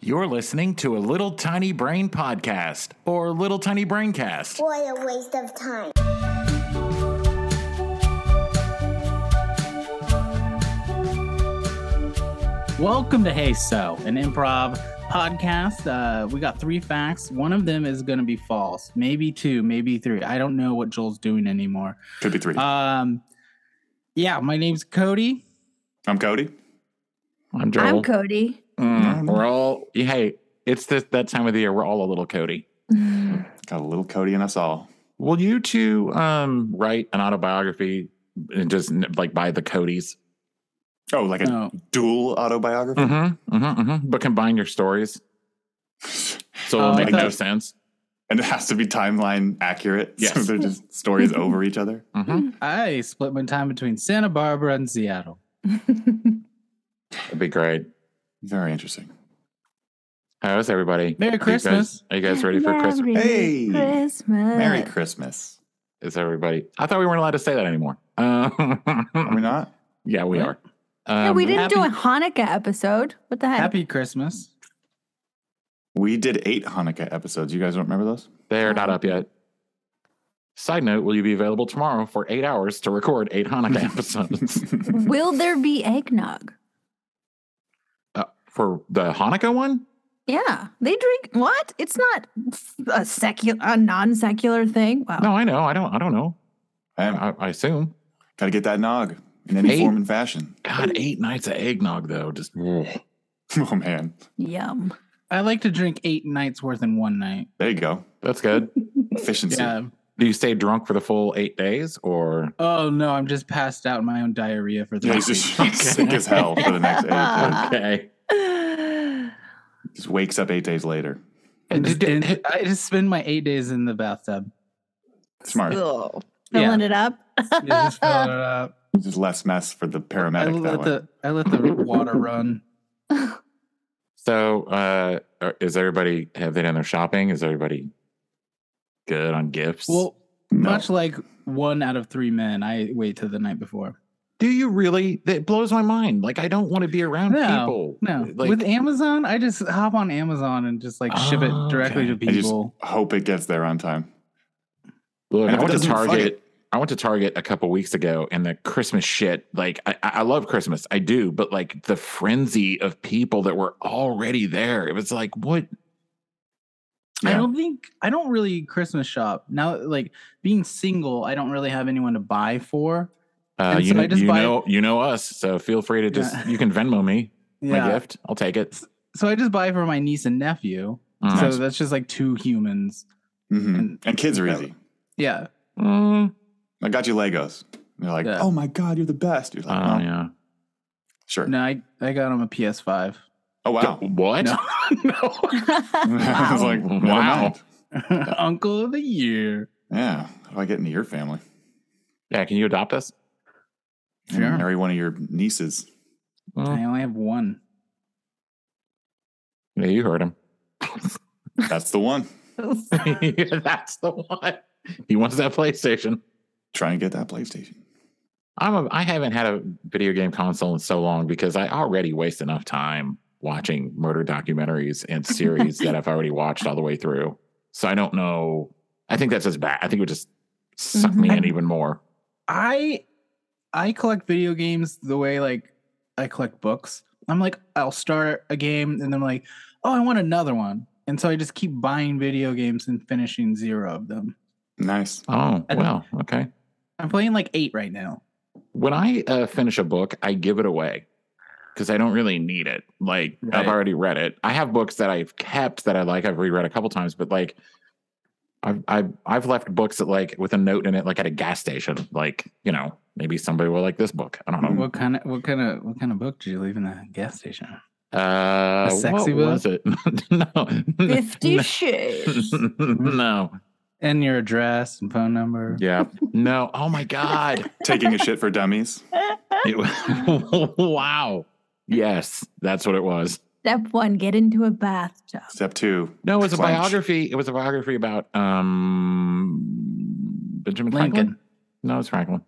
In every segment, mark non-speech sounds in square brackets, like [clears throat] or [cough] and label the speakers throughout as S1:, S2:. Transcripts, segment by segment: S1: You're listening to a Little Tiny Brain podcast or Little Tiny Braincast.
S2: What a waste of time.
S3: Welcome to Hey So, an improv podcast. Uh, we got three facts. One of them is going to be false, maybe two, maybe three. I don't know what Joel's doing anymore.
S1: Could be three.
S3: Um, yeah, my name's Cody.
S1: I'm Cody.
S4: I'm Joel.
S5: I'm Cody.
S1: Mm, we're all, hey, it's this, that time of the year. We're all a little Cody.
S4: Got a little Cody in us all.
S1: Will you two um, write an autobiography and just like by the Codys?
S4: Oh, like a
S3: No.
S4: dual
S3: Mm.
S4: autobiography?
S1: Mm-hmm, mm-hmm, mm-hmm. But combine your stories. So it'll
S3: Oh, I
S1: make no
S3: thought-
S1: sense.
S4: And it has to be timeline accurate. So
S1: Yes.
S4: they're just stories over each other.
S1: Mm-hmm.
S3: I split my time between Santa Barbara and Seattle.
S1: That'd be great.
S4: Very interesting.
S1: How's everybody?
S3: Merry
S1: Are you guys-
S3: Christmas.
S1: Are you guys ready for Christmas?
S4: Hey!
S5: Christmas.
S4: Merry Christmas.
S1: Is everybody? I thought we weren't allowed to say that anymore. Uh, [laughs]
S4: Are we not?
S1: yeah, we
S3: What?
S1: are.
S5: Yeah,
S1: Um,
S5: we didn't do a
S3: happy-
S5: Hanukkah episode. What the heck?
S3: Happy Christmas.
S4: We did eight Hanukkah episodes. You guys don't remember those?
S1: They're not up yet. Side note, will you be available tomorrow for eight hours to record eight
S3: [laughs]
S1: Hanukkah episodes
S5: Will there be eggnog?
S1: uh, for the Hanukkah one?
S5: Yeah, they drink what? It's not a secular, a non-secular thing. Wow.
S1: No, I know. I don't. I don't know.
S4: I
S3: Uh,
S1: I, I assume.
S4: gotta get that nog in any
S1: Eight?
S4: form and fashion. [laughs]
S1: God, eight nights of eggnog though. Just ugh.
S4: Oh, man.
S5: Yum.
S3: I like to drink eight nights worth in one night.
S4: There you go.
S1: that's good.
S4: Efficiency.
S3: Yeah.
S1: Do you stay drunk for the full eight days, or
S3: Oh no, I'm just passed out in my own diarrhea for the
S4: Yeah,
S3: yeah,
S4: he's
S3: [laughs]
S4: just sick as hell for the next eight
S1: Ah.
S3: Uh.
S4: days.
S1: okay?
S4: Just wakes up eight days later.
S3: And just,
S1: Did-
S3: and I just spend my eight days in the bathtub.
S4: Smart.
S5: Ugh.
S1: Yeah. uh,
S5: Filling it up.
S3: Yeah, just fill it up.
S4: Just less mess for the
S3: I
S4: paramedic that
S3: let
S4: way.
S3: the I let the water run.
S1: So, uh, are- is everybody have they done their shopping? Is everybody good on gifts?
S3: Well,
S4: No.
S3: much like one out of three men, I wait till the night before.
S1: do you really? That blows my mind. Like, I don't want to be around
S3: No,
S1: people.
S3: No,
S1: like,
S3: with Amazon, I just hop on Amazon and just like ship it
S1: Oh,
S3: directly
S1: okay.
S3: to
S4: I just-
S3: people.
S4: Hope it gets there on time.
S1: Look,
S4: And
S1: I
S4: if it
S1: went to
S4: doesn't, fuck
S1: Target.
S4: it.
S1: I went to Target a couple weeks ago, and the Christmas shit. Like, I, I I love Christmas, I do, but like the frenzy of people that were already there, it was like, what?
S3: I
S4: Yeah.
S3: don't think I don't really Christmas shop now. Like being single, I don't really have anyone to buy for.
S1: Uh,
S3: And
S1: you
S3: so I
S1: know,
S3: just
S1: you
S3: buy-
S1: know, you know us, so feel free to just
S3: Yeah.
S1: you can Venmo me my
S3: Yeah.
S1: gift. I'll take it.
S3: So I just buy for my niece and nephew.
S1: Mm.
S3: So that's just like two humans.
S4: Mhm.
S3: And-
S4: And kids are
S3: Yeah.
S4: easy.
S3: Yeah.
S1: Mm.
S4: I got you Legos. And they're like,
S3: Yeah.
S4: oh my God, you're the best. You're
S1: Oh
S4: like, "Well,
S1: yeah.
S4: sure.
S3: No, I, I got him a PS5.
S4: Oh, [laughs] wow.
S1: What?
S3: [laughs] No, no.
S4: I
S1: [laughs]
S4: was
S5: [laughs] wow.
S4: like, never
S1: Wow.
S4: mind.
S3: Uncle of the year.
S4: Yeah. How do I get into your family?
S1: Yeah. Can you adopt us?
S4: And
S3: Sure.
S4: Marry one of your nieces.
S1: Mm.
S3: I only have one.
S1: Yeah, you heard him. [laughs]
S4: That's the one.
S1: Yeah, That's the one. He wants that PlayStation.
S4: Try and get that PlayStation.
S1: I'm a, I haven't had a video game console in so long because I already waste enough time watching murder documentaries and series that I've already watched all the way through. So I don't know. I think that's just bad. I think it would just suck me in even more.
S3: I I collect video games the way like I collect books. I'm like, I'll start a game and I'm like, oh, I want another one. And so I just keep buying video games and finishing zero of them.
S4: Nice.
S1: Oh,
S3: I-
S1: well, okay.
S3: I'm playing like eight right now.
S1: When I uh, finish a book, I give it away because I don't really need it. Like I've
S3: Right.
S1: already read it. I have books that I've kept that I like. I've reread a couple times, but like I've I've I've left books that like with a note in it, like at a gas station. Like you know, maybe somebody will like this book. I don't
S4: Hmm.
S1: know.
S3: What kind of what kind of what kind of book did you leave in the gas station?
S1: Uh,
S3: A sexy
S1: what
S3: book?
S1: was it? [laughs] no, [laughs]
S5: Fifty shades.
S1: no,
S3: And your address and phone number.
S1: yeah, no. Oh my god!
S4: Taking a shit for dummies.
S1: It [laughs] was- wow. Yes, that's what it was.
S5: Step one: get into a bathtub.
S4: Step two.
S1: No, it was a
S4: Clench.
S1: biography. It was a biography about um Benjamin Franklin.
S3: Lincoln.
S1: No, it's Franklin.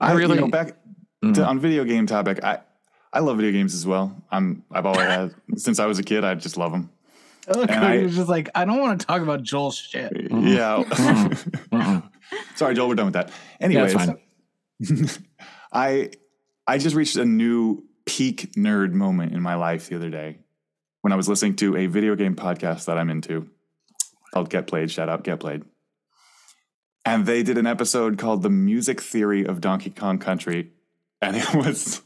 S4: I,
S1: I
S4: really
S1: really-
S4: back
S1: Mm.
S4: to, on video game topic. I I love video games as well. I'm I've always had since I was a kid. I just love them.
S3: Look,
S4: And I-
S3: I was just like, I don't want to talk about Joel's shit.
S4: Yeah.
S1: [laughs] Mm-mm.
S4: [laughs] Sorry, Joel. We're done with that.
S1: Mm-hmm. Yeah,
S4: Anyways,
S1: it's fine.
S4: [laughs] I I just reached a new peak nerd moment in my life the other day when I was listening to a video game podcast that I'm into called Get Played. Shout out Get Played. And they did an episode called The Music Theory of Donkey Kong Country. And it was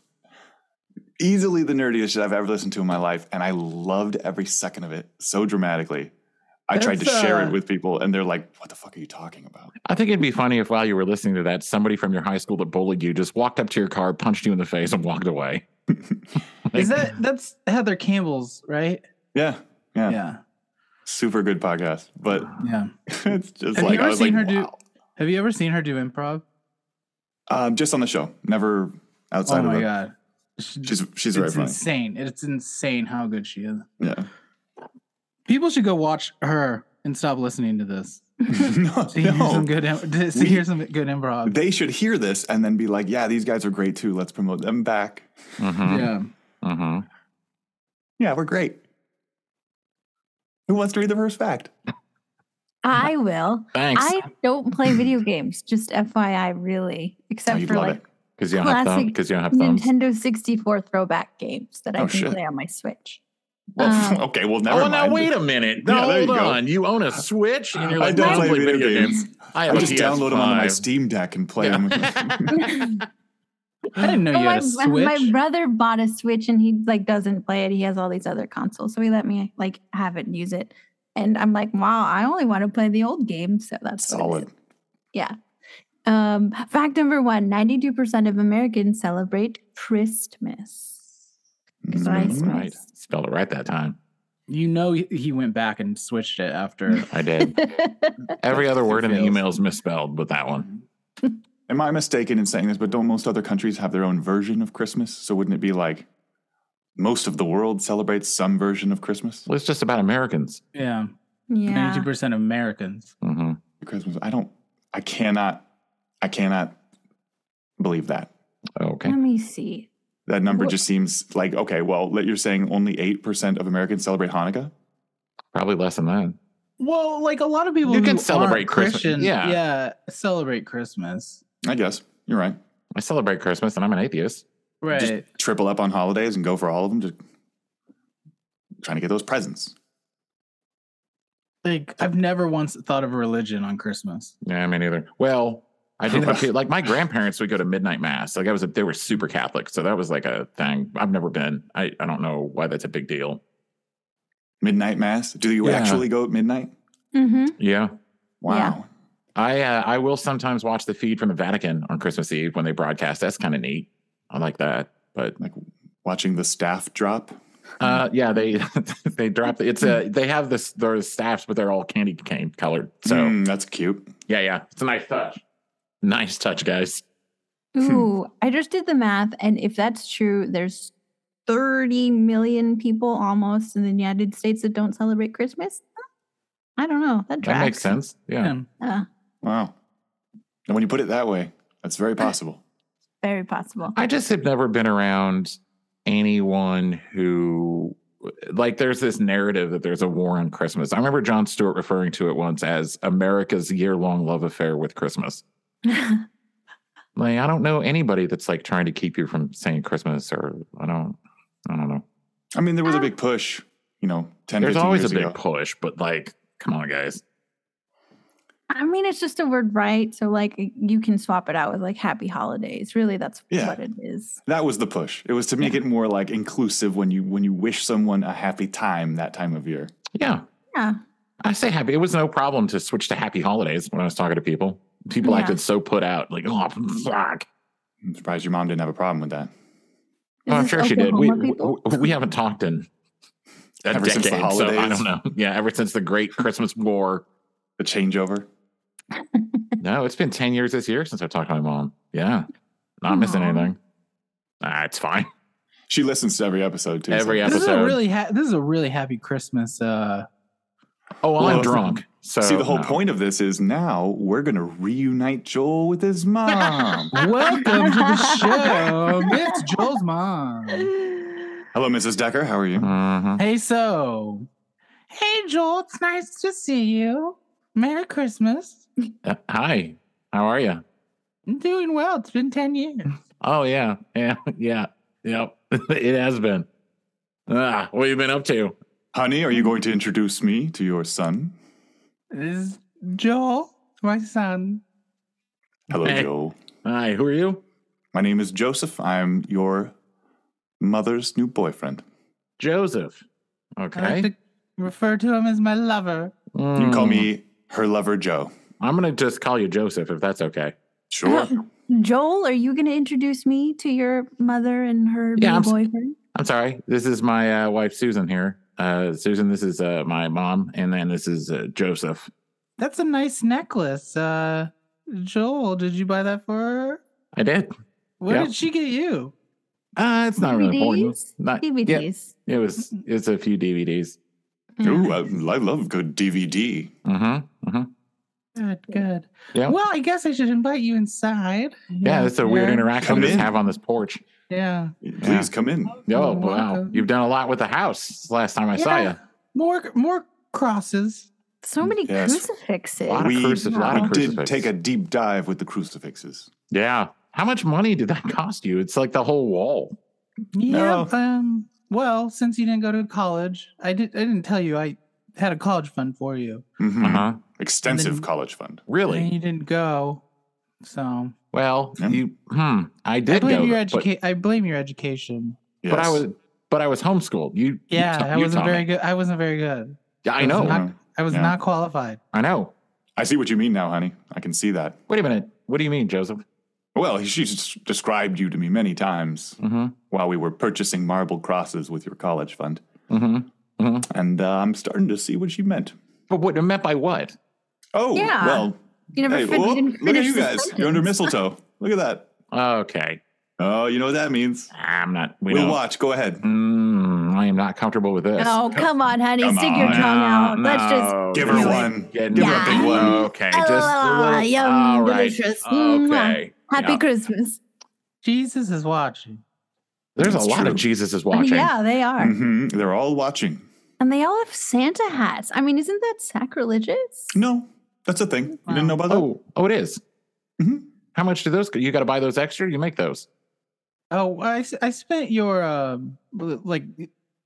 S4: easily the nerdiest shit I've ever listened to in my life. And I loved every second of it so dramatically. I tried to
S3: That's,
S4: share
S3: uh,
S4: it with people, and they're like, What the fuck are you talking about?
S1: I think it'd be funny if while you were listening to that, somebody from your high school that bullied you just walked up to your car, punched you in the face, and walked away.
S3: Is that that's Heather Campbell's, right?
S4: Yeah. Yeah.
S3: Yeah.
S4: Super good podcast. But
S3: Yeah.
S4: [laughs] it's just
S3: Have you
S4: like
S3: ever
S4: I was
S3: seen
S4: like,
S3: her do-
S4: wow.
S3: Have you ever seen her do improv?
S4: um, just on the show, never outside
S3: oh
S4: of
S3: my
S4: it.
S3: god. She-
S4: She's she's very
S3: it's
S4: funny.
S3: insane. It's insane how good she is.
S4: Yeah, [laughs]
S3: [laughs] People should go watch her and stop listening to [laughs] this.
S4: no,
S3: To hear some
S4: no.
S3: good im- to
S4: We-
S3: hear some good improv.
S4: they should hear this and then be like, yeah, these guys are great too. Let's promote them back.
S1: Mm-hmm.
S3: yeah.
S1: Mm-hmm.
S4: Yeah, we're great. Who wants to read the first fact?
S5: I will.
S1: Thanks.
S5: I don't play video games, just FYI, really, except
S4: oh, you'd
S5: for
S4: love
S5: like
S4: it.
S1: Because you don't have thumbs.
S5: Classic
S1: Because you don't have thumbs.
S5: Nintendo 64 throwback games that I
S4: Oh,
S5: can
S4: shit.
S5: play on my Switch. [laughs]
S4: Well, [laughs]
S5: um,
S4: okay, well, never
S1: Oh, now
S4: mind.
S1: wait a minute.
S4: Yeah,
S1: No,
S4: there you
S1: hold
S4: go.
S1: on. You own a Switch and you're
S4: I
S1: like,
S4: don't
S1: "No,
S4: play video games.
S1: I, have
S4: I
S1: a
S4: just download them on my
S1: PS5."
S4: Steam Deck and play
S1: Yeah.
S4: them.
S3: [laughs] I didn't know
S5: Oh,
S3: you
S5: my,
S3: had a switch.
S5: my brother bought a Switch and he like doesn't play it. He has all these other consoles, so he let me like have it and use it. And I'm like, wow, I only want to play the old game, so that's what it
S4: Solid.
S5: is. Yeah. Um, fact number one: 92 percent of Americans celebrate Christmas. It's nice.
S4: Mm.
S1: Right. Spelled it right that time.
S3: you know he- he went back and switched it
S5: [laughs]
S3: after
S1: I did. [laughs] Every other word in the
S3: Fails.
S1: email is misspelled, but that one.
S4: Am I mistaken in saying this? But don't most other countries have their own version of Christmas? So wouldn't it be like most of the world celebrates some version of Christmas?
S1: Well, it's just about Americans.
S3: yeah, ninety
S5: yeah.
S3: two percent of Americans.
S1: hmm
S4: Christmas. I don't. I cannot. I cannot believe that.
S1: Okay.
S5: Let me see.
S4: That number
S5: Wha-
S4: just seems like okay. Well, that you're saying only eight percent of Americans celebrate Hanukkah.
S1: Probably less than that.
S3: Well, like a lot of people
S1: You can
S3: who
S1: celebrate
S3: aren't
S1: Christmas.
S3: Christian,
S1: Yeah.
S3: yeah, celebrate Christmas.
S4: I guess you're right.
S1: I celebrate Christmas and I'm an atheist.
S3: Right.
S4: Just triple up on holidays and go for all of them. Just trying to get those presents.
S3: like I've never once thought of religion on Christmas.
S1: Yeah, me neither. Well, I did have a few. Like my grandparents would go to midnight mass. Like I was, a, they were super Catholic, so that was like a thing. I've never been. I, I don't know why that's a big deal.
S4: Midnight mass. Do you
S1: Yeah.
S4: actually go at midnight?
S5: hmm
S1: Yeah,
S4: Wow.
S5: Yeah.
S1: I uh, I will sometimes watch the feed from the Vatican on Christmas Eve when they broadcast. That's kind of neat. I like that. But
S4: Like watching the staff drop.
S1: uh, yeah, they [laughs] they drop it's a they have this their staffs, but they're all candy cane colored. So
S4: Mm, that's cute.
S1: yeah, yeah, it's a nice touch. Nice touch, guys.
S4: Hmm.
S5: Ooh, I just did the math, and if that's true, there's 30 million people almost in the United States that don't celebrate Christmas. I don't know. That,
S1: That makes
S5: tracks.
S1: sense. Yeah,
S3: And
S5: Uh,
S4: Wow. And when you put it that way, that's very possible.
S5: very possible.
S1: I just have never been around anyone who like there's this narrative that there's a war on Christmas. I remember John Stewart referring to it once as America's year-long love affair with Christmas. Like I don't know anybody that's like trying to keep you from saying Christmas or I don't I don't know.
S4: I mean, there was a big push, you know, 10
S1: There's
S4: 15
S1: always a
S4: years
S1: big
S4: ago.
S1: push, but like come on guys.
S5: [laughs] I mean, it's just a word, right? So, like, you can swap it out with like happy holidays. Really, that's
S4: Yeah.
S5: what it is.
S4: That was the push. It was to make it more like inclusive when you when you wish someone a happy time that time of year.
S1: Yeah.
S5: Yeah.
S1: I say happy. It was no problem to switch to happy holidays when I was talking to people. People
S5: Yeah.
S1: acted so put out, like, oh [laughs] fuck.
S4: I'm surprised your mom didn't have a problem with that.
S5: Is
S1: Oh, I'm
S5: this
S1: sure she did. We,
S5: Oklahoma
S1: we
S5: people?
S1: we haven't talked in a
S4: Ever since
S1: decade,
S4: the
S1: so I
S4: holidays.
S1: don't know. [laughs] Yeah, ever since the Great Christmas War.
S4: The changeover.
S1: No, it's been ten years this year since I've talked to my mom. Yeah, not missing
S5: Aw.
S1: anything. Ah, it's fine.
S4: She listens to every episode too.
S1: Every
S4: so-
S1: episode.
S3: This is a really ha- this is a really happy Christmas uh
S1: Oh, well, I'm
S4: Well,
S1: drunk. So
S4: See, the whole
S1: no.
S4: point of this is now we're going to reunite Joel with
S3: [laughs]
S4: his mom.
S3: Welcome to the
S1: [laughs]
S3: show. It's Joel's mom.
S4: Hello, Mrs. Decker. How are you?
S1: Mhm.
S3: Hey, so. Hey, Joel. It's nice to see you. Merry Christmas.
S1: Uh, hi. How are you?
S3: I'm doing well. It's been 10 years.
S1: Oh yeah, yeah, [laughs] yeah, yep. [laughs] it has been. Ah, what have you been up to?
S4: Honey, are you going to introduce me to your son?
S3: This is Joel, my son.
S4: Hello,
S1: Hey.
S4: Joel.
S1: Hi, who are you?
S4: My name is Joseph. I'm your mother's new boyfriend.
S1: Joseph. Okay.
S3: I like to refer to him as my lover.
S4: You can call
S1: Mm.
S4: me her lover, Joe.
S1: I'm gonna just call you Joseph if that's okay. [laughs]
S4: Sure.
S5: Joel, are you going to introduce me to your mother and her
S1: Yeah,
S5: new
S1: I'm s-
S5: boyfriend?
S1: I'm sorry. This is my uh, wife Susan here. Uh, Susan, this is uh, my mom, and then this is uh, Joseph.
S3: That's a nice necklace. Uh, Joel, did you buy that for her?
S1: I did.
S3: What
S1: Yeah.
S3: did she get you?
S1: Uh, it's not really important.
S5: DVDs?
S1: Not yeah,
S5: DVDs.
S1: it was. It's a few DVDs.
S4: Ooh, I, I love good DVD.
S1: Mm-hmm.
S3: Good, good.
S1: Yeah.
S3: Well, I guess I should invite you inside.
S1: Yeah, it's a weird
S3: yeah,
S1: interaction
S4: Come
S1: we just
S4: in.
S1: have on this porch.
S3: Yeah.
S4: Please
S1: Yeah.
S4: come in.
S1: Oh,
S3: welcome.
S1: wow. You've done a lot with the house since last time I saw
S3: Yeah.
S1: you.
S3: More, more crosses.
S5: So many
S4: Yes.
S5: crucifixes.
S1: A lot of
S4: We-
S1: crucif- lot of
S4: we did
S1: crucifix.
S4: take a deep dive with the crucifixes.
S1: Yeah. How much money did that [laughs] cost you? It's like the whole wall.
S4: No.
S3: Yep. Um, well, since you didn't go to college, I did. I didn't tell you I had a college fund for you.
S4: Mhm.
S1: Uh-huh.
S4: Extensive
S3: then-
S4: college fund.
S3: And
S1: Really?
S3: you didn't go. So
S1: Well,
S4: Yeah.
S1: you hmm, I did
S3: I blame
S1: go,
S3: your
S1: but,
S3: education. I blame your education.
S4: Yes.
S1: but I was but I was homeschooled. You you
S3: Yeah,
S1: ta-
S3: I
S1: you
S3: wasn't
S1: taught me.
S3: very good. I wasn't very good.
S1: Yeah, I
S3: I was
S1: know.
S3: not- I was
S4: Yeah.
S3: not qualified.
S1: I know.
S4: I see what you mean now, honey. I can see that.
S1: Wait a minute. What do you mean, Joseph?
S4: Well, she's just described you to me many times
S1: Mm-hmm.
S4: while we were purchasing marble crosses with your college fund,
S1: Mm-hmm.
S4: and uh, I'm starting to see what she meant.
S1: But what meant by what?
S4: Oh,
S5: Yeah.
S4: well,
S5: You never
S4: hey,
S5: fin- you
S4: whoop,
S5: didn't
S4: look at
S5: finish
S4: you
S5: the
S4: guys.
S5: sentence.
S4: You're under mistletoe. Look at that.
S1: Okay.
S4: Oh, you know what that means.
S1: I'm not we
S4: We will
S1: don't-
S4: watch. Go ahead.
S1: Mm, I am not comfortable with this.
S5: Oh, come on, honey.
S4: Come
S5: Stick your
S4: on.
S5: tongue out.
S1: No,
S5: Let's just.
S1: no,
S4: Give her
S1: this is
S4: one.
S1: getting-
S4: Give
S5: her a big Yeah. one.
S1: Okay, just a
S5: Ah,
S1: little.
S5: yum,
S1: all right.
S5: delicious. Mwah.
S1: Okay.
S5: Happy
S1: Yeah.
S5: Christmas. [laughs]
S3: Jesus is watching.
S1: There's a
S4: That's
S1: lot of
S4: true.
S1: Jesus is watching.
S5: Yeah, they are.
S1: Mm.
S4: Mhm, They're all watching.
S5: And they all have Santa hats. I mean, isn't that sacrilegious?
S4: No, that's a thing. You didn't know about that?
S1: Oh, oh, it is.
S4: Mhm.
S1: How much do those? You got to buy those extra. You make those.
S3: Oh, I, s- I spent your um like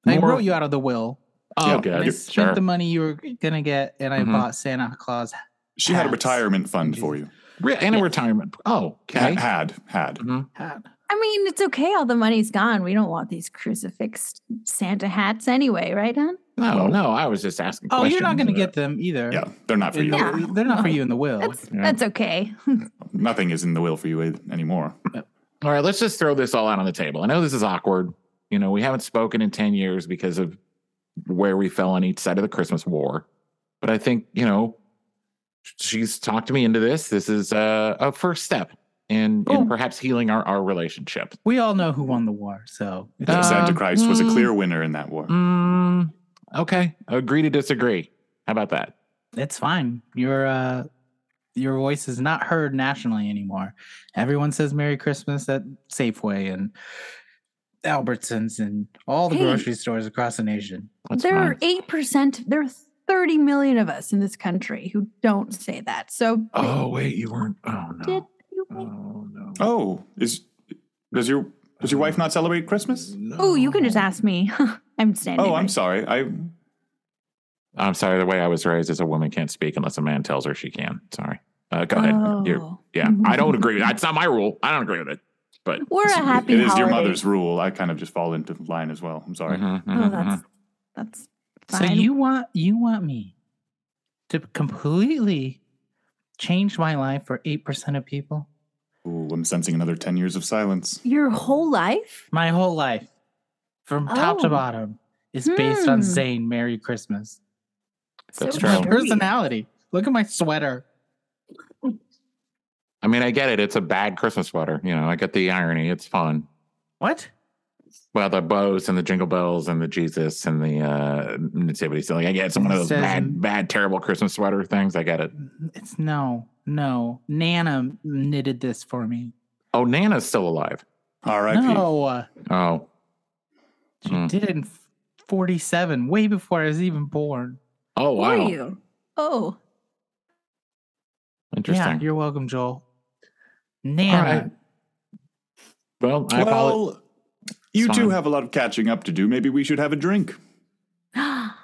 S3: I
S1: More-
S3: wrote you out of the will.
S1: Oh,
S4: Yeah.
S1: good.
S3: And I
S1: Yep,
S3: spent the money you were gonna get, and I
S1: Mhm.
S3: bought Santa Claus.
S4: She had a
S3: Hats.
S4: retirement fund for you.
S1: Re- and a
S3: Yeah.
S1: retirement. Oh, okay.
S4: Ha- Had, had.
S1: Mhm.
S3: hat.
S5: I mean, it's okay. All the money's gone. We don't want these crucifix Santa hats anyway, right, hon?
S1: No,
S4: Well-
S1: no. I was just asking.
S3: Oh, you're not gonna
S1: questions.
S3: get them either.
S4: Yeah, they're not for
S3: In
S4: you.
S3: the-
S5: Yeah.
S3: They're not for you in the will.
S5: That's
S1: yeah.
S5: that's okay.
S4: Nothing is in the will for you a- anymore.
S1: All right, let's just throw this all out on the table. I know this is awkward. You know, we haven't spoken in 10 years because of where we fell on each side of the Christmas war. But I think, you know, she's talked me into this. This is uh, a, a first step in,
S3: Cool.
S1: in perhaps healing our, our relationship.
S3: we all know who won the war, so
S1: Uh,
S4: Santa Christ was a
S1: mm.
S4: clear winner in that war.
S1: Mm, okay. Agree to disagree. How about that?
S3: it's fine. Your uh, your voice is not heard nationally anymore. Everyone says Merry Christmas at Safeway and Albertsons and all the
S5: Hey.
S3: grocery stores across the nation.
S1: That's
S5: there
S1: fine.
S5: are eight percent. There are thirty million of us in this country who don't say that. So
S1: Oh, wait, you weren't. Oh,
S5: did
S1: no.
S5: you wait?
S1: Oh, no.
S4: Oh, is does your does your wife not celebrate Christmas?
S5: Oh, you can just
S1: No.
S5: ask me. [laughs] I'm standing.
S4: Oh, I'm
S5: right.
S4: sorry. I
S1: I'm sorry. The way I was raised is a woman can't speak unless a man tells her she can. Sorry. Uh, go ahead. You're,
S5: Oh.
S1: yeah, I
S5: [laughs]
S1: don't agree. with That's not my rule. I don't agree with it. But
S5: We're a happy
S4: it is your
S5: holiday.
S4: mother's rule. I kind of just fall into line as well. I'm sorry.
S1: Mhm, mhm,
S5: Oh,
S1: mhm.
S5: that's that's fine.
S3: So you want you want me to completely change my life for eight percent of people?
S4: Ooh, I'm sensing another ten years of silence.
S5: your whole life?
S3: My whole life, from top to
S5: Oh.
S3: bottom, is based on
S5: Hmm.
S3: saying "Merry Christmas."
S1: That's
S5: so
S1: true.
S3: My
S5: dirty.
S3: personality. Look at my sweater.
S1: I mean, I get it. It's a bad Christmas sweater. You know, I get the irony. It's fun.
S3: What?
S1: Well, the bows and the jingle bells and the Jesus and the uh, nativity. So, like, I get some one of those
S3: Says-
S1: bad, bad, terrible Christmas sweater things. I got it.
S3: It's no, no. Nana knitted this for me.
S1: Oh, Nana's still alive.
S4: R.I.P.
S3: No, uh,
S1: Oh,
S3: she
S1: Mm.
S3: did it in f- 47, way before I was even born.
S1: oh,
S5: Were
S1: wow,
S5: you? Oh, [gasps]
S1: interesting.
S3: Yeah, you're welcome, Joel. Nana.
S1: right. well, I apologize.
S4: Well, you
S1: It's
S4: two
S1: fine.
S4: have a lot of catching up to do. Maybe we should have a drink.
S1: Oh,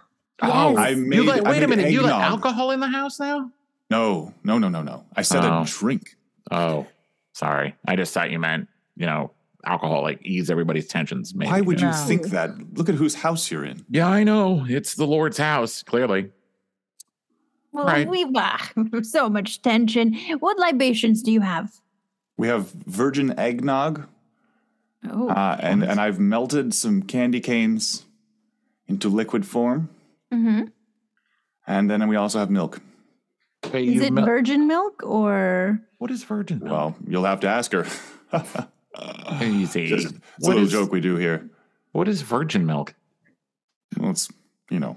S5: Yes.
S4: I made.
S1: you like,
S4: I
S1: wait a
S4: made
S1: minute, you let
S4: eggnog.
S1: alcohol in the house now?
S4: No, no, no, no, no. I said
S1: Oh.
S4: a drink.
S1: Oh, sorry. I just thought you meant, you know, alcohol, like ease everybody's tensions. Maybe.
S4: Why would you
S3: No.
S4: think that? Look at whose house you're in.
S1: Yeah, I know. It's the Lord's house, clearly.
S5: well,
S1: right.
S5: we ah, [laughs] so much tension. What libations do you have?
S4: We have virgin eggnog,
S5: Oh,
S4: uh, and and I've melted some candy canes into liquid form,
S5: hmm
S4: and then we also have milk.
S1: Hey,
S5: is
S1: you
S5: it
S1: mil-
S5: virgin milk or?
S1: what is virgin milk?
S4: Well, you'll have to ask her.
S1: Easy.
S4: [laughs] Just, it's a
S1: What
S4: little
S1: is-
S4: joke we do here.
S1: what is virgin milk?
S4: Well, it's you know,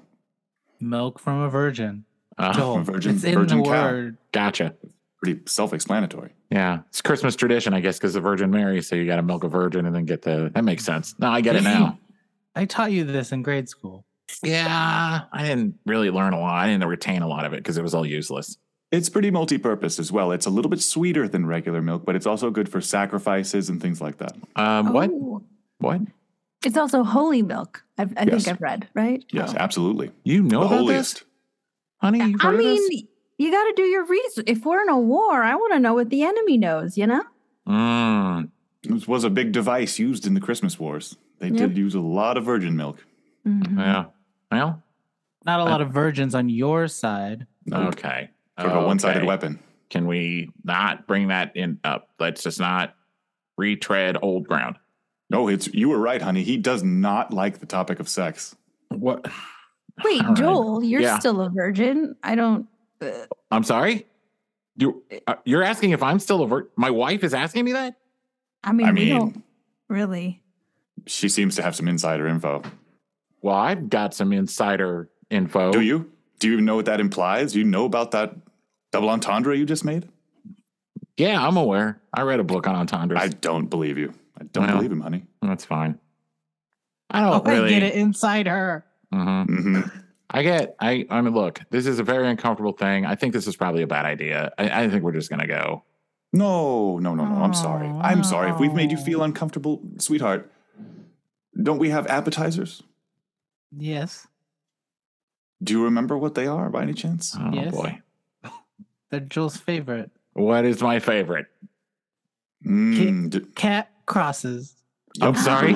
S3: Milk from a virgin.
S1: Uh,
S3: Joel.
S4: virgin-
S3: it's in
S4: virgin
S3: the
S4: cow.
S3: word.
S1: Gotcha.
S4: pretty self-explanatory.
S1: Yeah, it's Christmas tradition, I guess, because the Virgin Mary. So you got to milk a virgin and then get the. That makes sense. No, I get it now.
S3: I taught you this in grade school.
S1: [laughs] yeah, I didn't really learn a lot. I didn't retain a lot of it because it was all useless.
S4: It's pretty multi-purpose as well. It's a little bit sweeter than regular milk, but it's also good for sacrifices and things like that.
S1: Um, What?
S5: Oh.
S1: What?
S5: It's also holy milk. I've, I
S4: Yes.
S5: think I've read right.
S4: Yes,
S5: Oh.
S4: absolutely.
S1: You know
S4: the
S1: about
S4: holiest.
S1: this, honey? You've
S5: I
S1: heard of this?
S5: mean, you got to do your research. If we're in a war, I want to know what the enemy knows. You know.
S1: Mm,
S4: This was a big device used in the Christmas wars. They
S5: Yep.
S4: did use a lot of virgin milk.
S5: Mhm.
S1: yeah. Well,
S3: Not a lot of virgins on your side.
S4: No,
S1: okay.
S4: sort of a one-sided
S1: Okay.
S4: weapon.
S1: Can we not bring that in up? Let's just not retread old ground.
S4: No, it's you were right, honey. He does not like the topic of sex.
S1: What?
S5: Wait,
S1: All right.
S5: Joel, you're
S1: Yeah.
S5: still a virgin. I don't. Uh,
S1: I'm sorry. You uh, you're asking if I'm still a vir- my wife is asking me that?
S5: I mean,
S4: I
S5: we
S4: mean-
S5: don't really.
S4: She seems to have some insider info.
S1: Well, I've got some insider info.
S4: Do you? Do you even know what that implies? Do you know about that double entendre you just made?
S1: Yeah, I'm aware. I read a book on entendres.
S4: I don't believe you. I don't
S1: Well.
S4: believe him, honey.
S1: That's fine. I don't
S3: Oh, I
S1: Oh, really.
S3: get it inside her.
S1: Mhm.
S4: hmm
S1: I get. I. I mean, look. This is a very uncomfortable thing. I think this is probably a bad idea. I, I think we're just gonna go.
S4: No, no, no, no. I'm sorry.
S3: Oh,
S4: I'm sorry. If we've made you
S3: no.
S4: feel uncomfortable, sweetheart, don't we have appetizers?
S3: Yes.
S4: Do you remember what they are by any chance?
S1: Oh
S3: Yes.
S1: boy.
S3: They're Joel's favorite.
S1: What is my favorite?
S4: Mm, d-
S3: Cat crosses.
S1: [laughs] I'm
S4: Yep.
S1: sorry.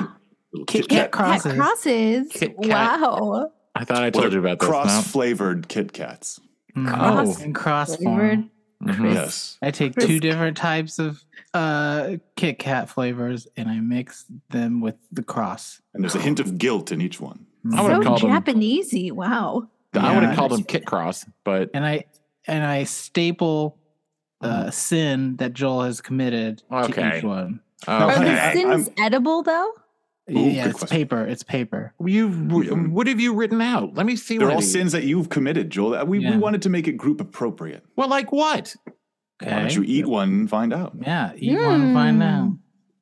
S4: Little
S3: Kit Kat
S5: Cat
S3: crosses.
S5: crosses.
S1: Kit Kat.
S5: wow.
S1: I thought I told you about this.
S4: Cross
S1: no?
S4: flavored Kit Kats.
S3: Mhm.
S5: Cross-
S3: In cross
S5: flavored.
S3: form.
S1: Mhm.
S4: Yes.
S3: I take two
S5: Crisp.
S3: different types of uh, Kit Kat flavors and I mix them with the cross.
S4: And there's a hint of guilt in each one.
S1: I would've
S5: So
S1: called them-
S5: Japanesey. Wow.
S1: I would have
S3: Yeah.
S1: called them Kit Cross,
S4: [laughs]
S1: but
S3: and I and I staple uh, sin that Joel has committed to
S1: Okay.
S3: each one.
S5: Are
S1: okay.
S5: the
S4: Okay.
S5: sins edible though?
S4: Ooh,
S3: yeah,
S4: good
S3: it's
S4: question.
S3: paper. It's paper.
S1: You
S4: Mhm.
S1: what have you written out? Let me see.
S4: They're
S1: one of
S4: all
S1: these.
S4: sins that you've committed, Joel. Uh, We,
S3: Yeah.
S4: we wanted to make it group appropriate.
S1: Well, like what?
S4: Why don't you eat one and find out?
S3: Yeah, eat one and find out.
S5: Mm.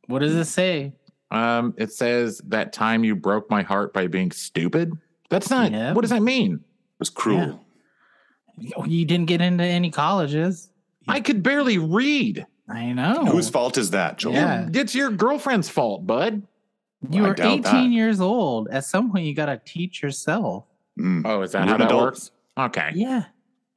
S3: What does it say?
S1: Um, it says that time you broke my heart by being stupid. That's not.
S3: Yeah.
S1: What does that mean?
S4: It was cruel.
S3: Yeah. You didn't get into any colleges.
S1: I could barely read.
S3: I know.
S4: Whose fault is that, Joel?
S3: Yeah.
S1: It's your girlfriend's fault, bud.
S3: you
S4: I
S3: were 18
S4: doubt that.
S3: years old. At some point, you got to teach yourself.
S4: Mm.
S1: Oh, is that
S4: We're
S1: how that
S4: adults.
S1: works? Okay.
S3: Yeah.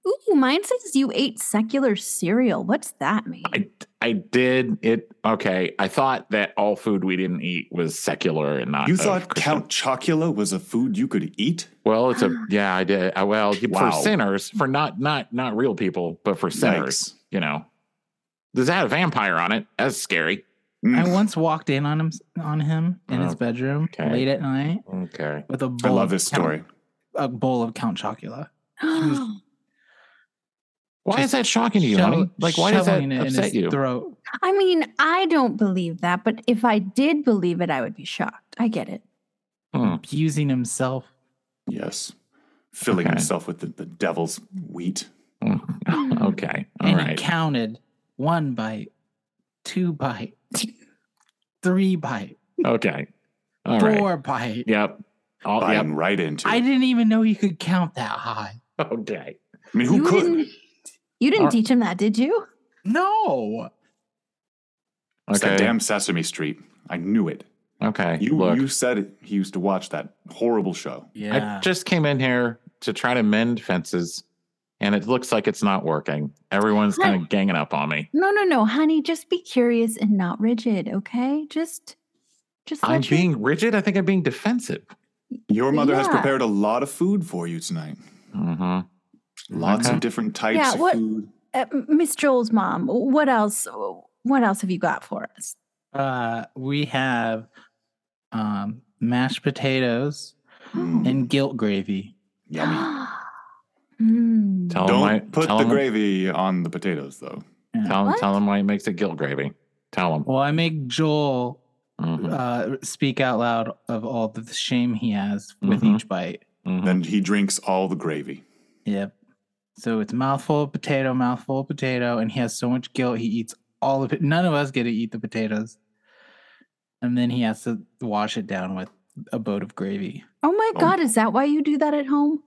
S5: Ooh, mine says you ate secular cereal. What's that mean?
S1: I I did it. Okay. I thought that all food we didn't eat was secular and not.
S4: You
S1: of
S4: thought
S1: Christian-
S4: Count Chocula was a food you could eat?
S1: Well, it's a yeah. I did. I- Well,
S4: Wow.
S1: for sinners, for not not not real people, but for sinners,
S4: Yikes.
S1: you know. Does that have vampire on it? That's scary.
S4: Mm.
S3: I once walked in on him on him in his
S1: Oh,
S3: bedroom
S1: okay.
S3: late at night
S1: Okay.
S3: with a
S4: I
S3: bowl.
S4: love
S3: of
S4: this
S3: Count-
S4: story.
S3: a bowl of Count Chocula.
S1: Why is that shocking to you,
S3: Shove-
S1: honey? Like, why does that
S3: shoveling it in his
S1: upset you?
S3: Throat.
S5: [gasps] I mean, I don't believe that, but if I did believe it, I would be shocked. I get it.
S1: Hmm.
S3: Abusing himself.
S4: Yes. Filling
S1: Okay.
S4: himself with the, the devil's wheat.
S1: Hmm. [laughs] okay. All
S3: and
S1: right.
S3: he counted one bite, two bite,
S1: [laughs]
S3: three bite,
S1: okay. All right.
S3: four bite.
S1: Yep. All,
S4: Buying
S1: Oh, yep.
S4: right into
S3: I
S4: it.
S3: didn't even know you could count that high.
S1: [laughs] Okay.
S4: I mean, who
S5: you
S4: could?
S5: Didn't, you didn't
S1: Or-
S5: teach him that, did you?
S3: No.
S4: It's
S1: Okay.
S4: that damn Sesame Street. I knew it.
S1: okay.
S4: You
S1: Look,
S4: you said it. he used to watch that horrible show.
S1: I just came in here to try to mend fences, and it looks like it's not working. Everyone's kind of ganging up on me.
S5: No, no, no, honey. Just be curious and not rigid, okay? Just, just.
S1: I'm
S5: let your-
S1: being rigid. I think I'm being defensive.
S4: Your mother has
S5: Yeah.
S4: prepared a lot of food for you tonight.
S1: hmm
S4: Lots
S1: Okay.
S4: of different types
S5: Yeah,
S4: of
S5: what-
S4: food.
S5: uh, Miss Joel's mom. What else? What else have you got for us?
S3: uh, we have um, mashed potatoes
S4: Mm,
S3: and guilt gravy.
S1: [gasps]
S4: yummy.
S5: [gasps] Hmm.
S1: Tell
S4: Don't
S1: him why.
S4: put
S1: Oh, tell
S4: the
S1: him- Mm-hmm.
S4: gravy on the potatoes, though.
S1: Tell,
S5: What?
S1: tell him why it makes it guilt gravy. Tell him.
S3: Well, I make Joel
S1: Mhm.
S3: uh, speak out loud of all the shame he has with
S4: Mm-hmm.
S1: Mhm.
S3: each bite.
S1: Mhm.
S4: Then he drinks all the gravy.
S3: Yep. So it's mouthful of potato, mouthful of potato, and he has so much guilt. He eats all of it. None of us get to eat the potatoes, and then he has to wash it down with a boat of gravy.
S5: Oh my
S4: Oh.
S5: God! Is that why you do that at home?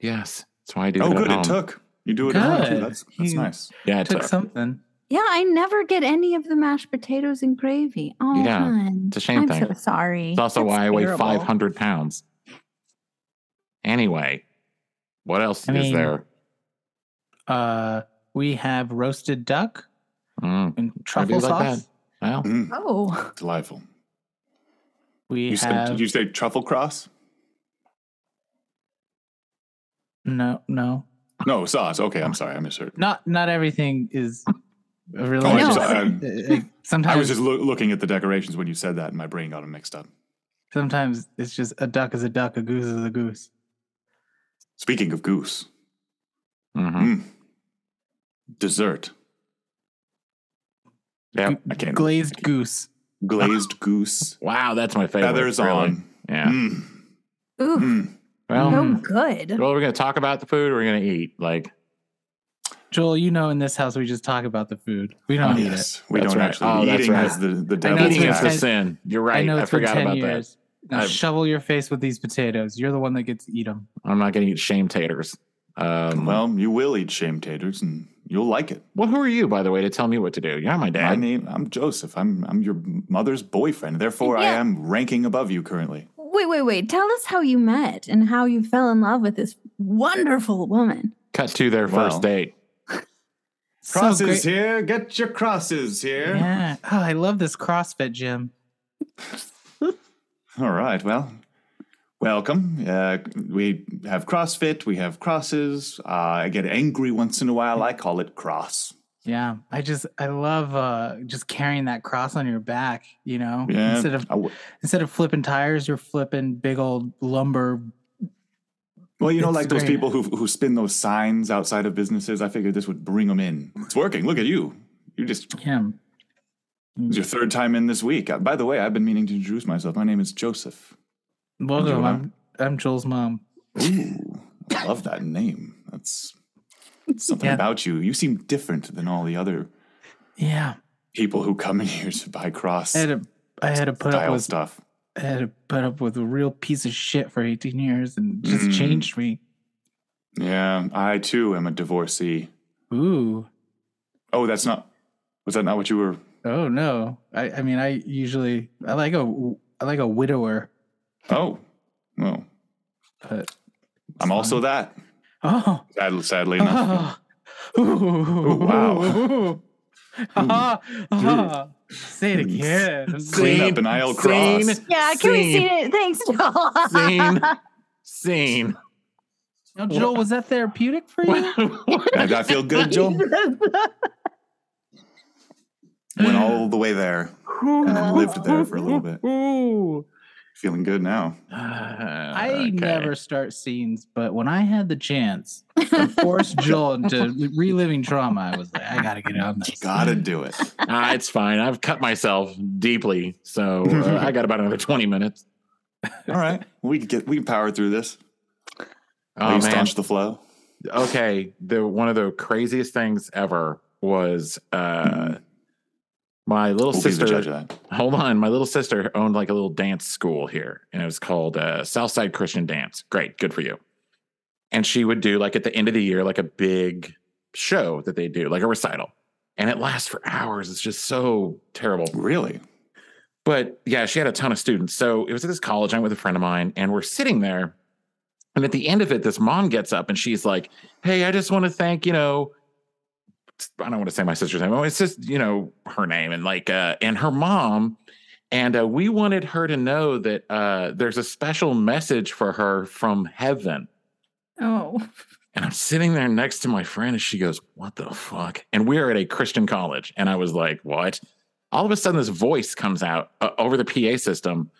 S1: Yes, that's why I do.
S4: oh,
S1: that at
S4: good. It
S1: home.
S4: took. You do it at home, too.
S3: Good.
S4: That's, that's
S3: You-
S4: nice.
S1: Yeah, it
S3: Took
S1: took.
S3: something.
S5: Yeah, I never get any of the mashed potatoes and gravy. Oh,
S1: Yeah,
S5: hun.
S1: it's a shame
S5: I'm
S1: thing.
S5: so sorry.
S1: It's also
S5: That's
S1: why I weigh
S5: terrible.
S1: 500 pounds. Anyway, what else
S3: I
S1: is
S3: mean-
S1: there?
S3: Uh, we have roasted duck
S1: Mm,
S3: and truffle
S1: like that.
S3: sauce.
S1: well,
S4: Mm,
S5: [laughs] Oh,
S4: delightful.
S3: We
S4: You said,
S3: have
S4: did you say truffle cross?
S3: no, no,
S4: No, sauce. Okay, I'm sorry. I misheard.
S3: not not everything is really.
S5: I know.
S4: Oh, I
S3: [laughs] Sometimes
S4: was just loo- looking at the decorations when you said that, and my brain got them mixed up.
S3: sometimes it's just a duck is a duck, a goose is a goose.
S4: Speaking of goose, Mm, hmm.
S1: mhm.
S4: dessert,
S1: Yep.
S4: I can't-
S3: Glazed goose.
S1: [gasps]
S4: glazed goose,
S1: Wow, that's my favorite.
S4: feathers
S1: really.
S4: on.
S1: Yeah.
S4: Mm,
S5: ooh,
S4: mm.
S1: Well,
S5: so
S3: Mm.
S5: good.
S1: well, we're going to talk about the food. We're going to eat. Like,
S3: Joel, you know, in this house we just talk about the food. We don't
S4: Oh,
S3: need it.
S4: yes, we
S1: That's
S4: don't
S1: right.
S4: actually.
S1: Oh, that's
S4: eating
S1: right.
S4: is the the
S3: I know
S4: devil's
S3: it's
S1: eating is
S3: been
S1: the
S4: ass.
S3: ten-
S1: sin. You're right. I,
S3: it's been
S1: forgot about that.
S3: Now
S1: I've-
S3: shovel your face with these potatoes. You're the one that gets to eat them.
S1: I'm not going to eat shame taters. Um, well,
S4: Well, you will eat shame taters, and you'll like it.
S1: who are you, by the way, to tell me what to do? You're not my
S4: My
S1: dad.
S4: name, I'm Joseph. I'm I'm your mother's boyfriend. Therefore, I
S5: Yeah.
S4: am ranking above you currently.
S5: Wait, wait, wait. Tell us how you met and how you fell in love with this wonderful woman.
S1: Cut to their
S4: Well.
S1: first date.
S3: So
S4: Crosses
S3: great-
S4: here. Get your crosses here.
S3: Yeah. Oh, I love this CrossFit gym.
S4: All right. Well, welcome. Uh, we have CrossFit. We have crosses. Uh, I get angry once in a while. I call it cross.
S3: Yeah. I just I love uh just carrying that cross on your back, you know?
S4: Yeah.
S3: Instead of
S4: I w-
S3: instead of flipping tires, you're flipping big old lumber.
S4: well, you know,
S3: It's
S4: like those
S3: great.
S4: people who who spin those signs outside of businesses. I figured this would bring them in. It's working. Look at you. You just
S3: Yeah.
S4: it's your third time in this week. Uh, by the way, I've been meaning to introduce myself. My name is Joseph.
S3: Welcome.
S4: Joel.
S3: I'm I'm Joel's mom.
S4: Ooh, I love that name. That's something
S3: Yeah.
S4: about you. You seem different than all the other
S3: Yeah.
S4: people who come in here to buy cross
S3: I had to I had to put up
S4: style
S3: with
S4: stuff.
S3: I had to put up with a real piece of shit for 18 years and just
S4: Mm.
S3: changed me.
S4: Yeah, I too am a divorcee.
S3: Ooh.
S4: Oh, that's not. Was that not what you were?
S3: Oh no. I, I mean I usually I like a I like a widower,
S4: Oh, no.
S3: but
S4: I'm also that.
S3: Oh.
S4: Sad, sadly enough.
S1: [laughs]
S4: Oh,
S3: oh. [laughs] Ooh.
S4: wow.
S3: Ooh. [laughs] Ah, ah. Say it again.
S4: Clean up an aisle cross.
S1: Scene.
S5: Yeah, can we see it? Thanks, Joel.
S1: Scene. Scene.
S3: Now, Joel, was that
S1: [laughs]
S3: therapeutic for
S4: [laughs]
S3: you?
S4: I, I feel good, Joel.
S1: [laughs]
S4: Went all the way there and then lived there for a little bit.
S3: Ooh.
S4: Feeling good now.
S1: [laughs]
S3: I never start scenes, but when I had the chance to force Joel into reliving trauma, I was like, I gotta get on this.
S4: Gotta do it.
S1: Ah, it's fine. I've cut myself deeply, so uh, I got about another twenty [laughs] minutes.
S4: All right. We can get we can power through this.
S1: Oh,
S4: Will you
S1: man.
S4: staunch the flow.
S1: okay the one of the craziest things ever was uh my little
S4: We'll be the judge
S1: sister
S4: of that.
S1: hold on my little sister owned like a little dance school here and it was called uh southside christian dance great good for you and she would do like at the end of the year like a big show that they do like a recital and it lasts for hours it's just so terrible
S4: Really?
S1: but yeah, she had a ton of students. So it was at this college. I went with a friend of mine, and we're sitting there. And at the end of it, this mom gets up and she's like, Hey, I just want to thank, you know, I don't want to say my sister's name. Oh, it's just, you know, her name and like, uh, and her mom. And uh, we wanted her to know that uh, there's a special message for her from heaven.
S5: [laughs] Oh,
S1: And I'm sitting there next to my friend, and she goes, What the fuck? And we are at a Christian college. And I was like, What? All of a sudden, this voice comes out uh, over the PA system.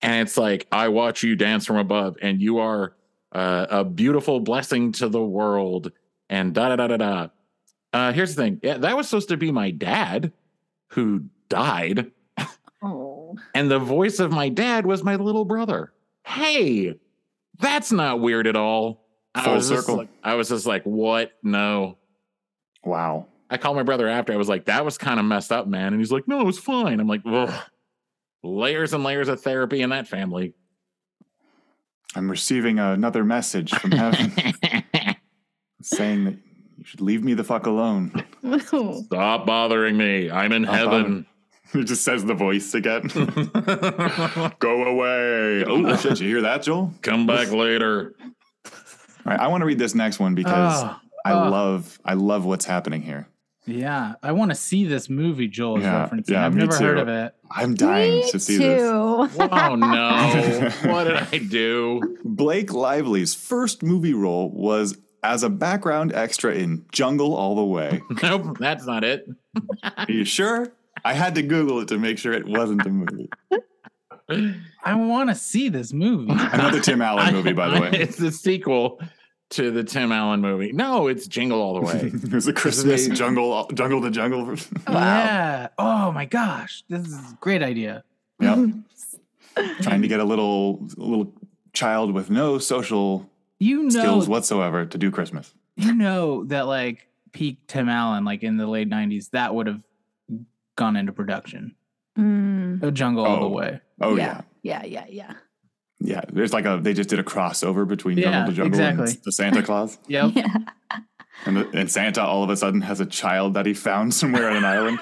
S1: And it's like, I watch you dance from above, and you are uh, a beautiful blessing to the world. And da da da da da. Uh, here's the thing yeah, that was supposed to be my dad who died.
S5: oh,
S1: And the voice of my dad was my little brother. Hey, that's not weird at all. I
S4: Full
S1: was just
S4: circle.
S1: like- I was just like, what? No.
S4: Wow.
S1: I called my brother after. I was like, that was kind of messed up, man. And he's like, no, it was fine. I'm like, Ugh. layers and layers of therapy in that family. [laughs]
S4: I'm receiving another message
S1: [laughs]
S4: from heaven saying that you should leave me the fuck alone.
S5: oh.
S1: Stop bothering me. I'm in
S4: Stop
S1: heaven.
S4: [laughs] It just says the voice [laughs] again. Go away. Oh shit, you hear that, Joel?
S1: [laughs] Come back later.
S4: All right, I want to read this next one because
S3: Oh,
S4: I
S3: oh.
S4: love I love what's happening here.
S3: yeah, I want to see this movie Joel is
S4: Yeah,
S3: referencing.
S4: yeah,
S3: I've
S4: me
S3: never heard
S4: too.
S3: of it.
S4: I'm dying
S5: Me
S4: to see this.
S5: too.
S1: Oh
S4: [laughs]
S1: no. what did I do? [laughs]
S4: Blake Lively's first movie role was as a background extra in Jungle All the Way.
S1: Nope, that's not it.
S4: Are you sure? I had to Google it to make sure it wasn't a movie.
S3: I want to see this
S4: [laughs]
S3: movie.
S4: Another Tim
S1: [laughs]
S4: Allen movie, by the way.
S1: It's the sequel to the Tim Allen movie. No, it's Jingle All the
S4: [laughs]
S1: Way.
S4: it was a Christmas
S1: Isn't it-
S4: jungle, jungle to jungle. [laughs]
S3: Yeah. Oh my gosh, this is a great idea. [laughs]
S4: yep. Trying to get a little little child with no social
S3: You know,
S4: skills whatsoever to do Christmas.
S3: you know that like peak Tim Allen, like in the late '90s, that would have gone into production.
S5: Mm,
S3: A jungle all the
S4: Oh.
S3: way.
S4: Oh
S5: Yeah.
S4: yeah.
S5: yeah, yeah, yeah.
S4: Yeah, there's like a they just did a crossover between
S3: Yeah,
S4: Jungle to Jungle and
S3: exactly.
S4: the Santa Claus,
S3: Yep.
S5: [laughs] Yeah.
S4: and, the, and Santa all of a sudden has a child that he found [laughs] somewhere on an island.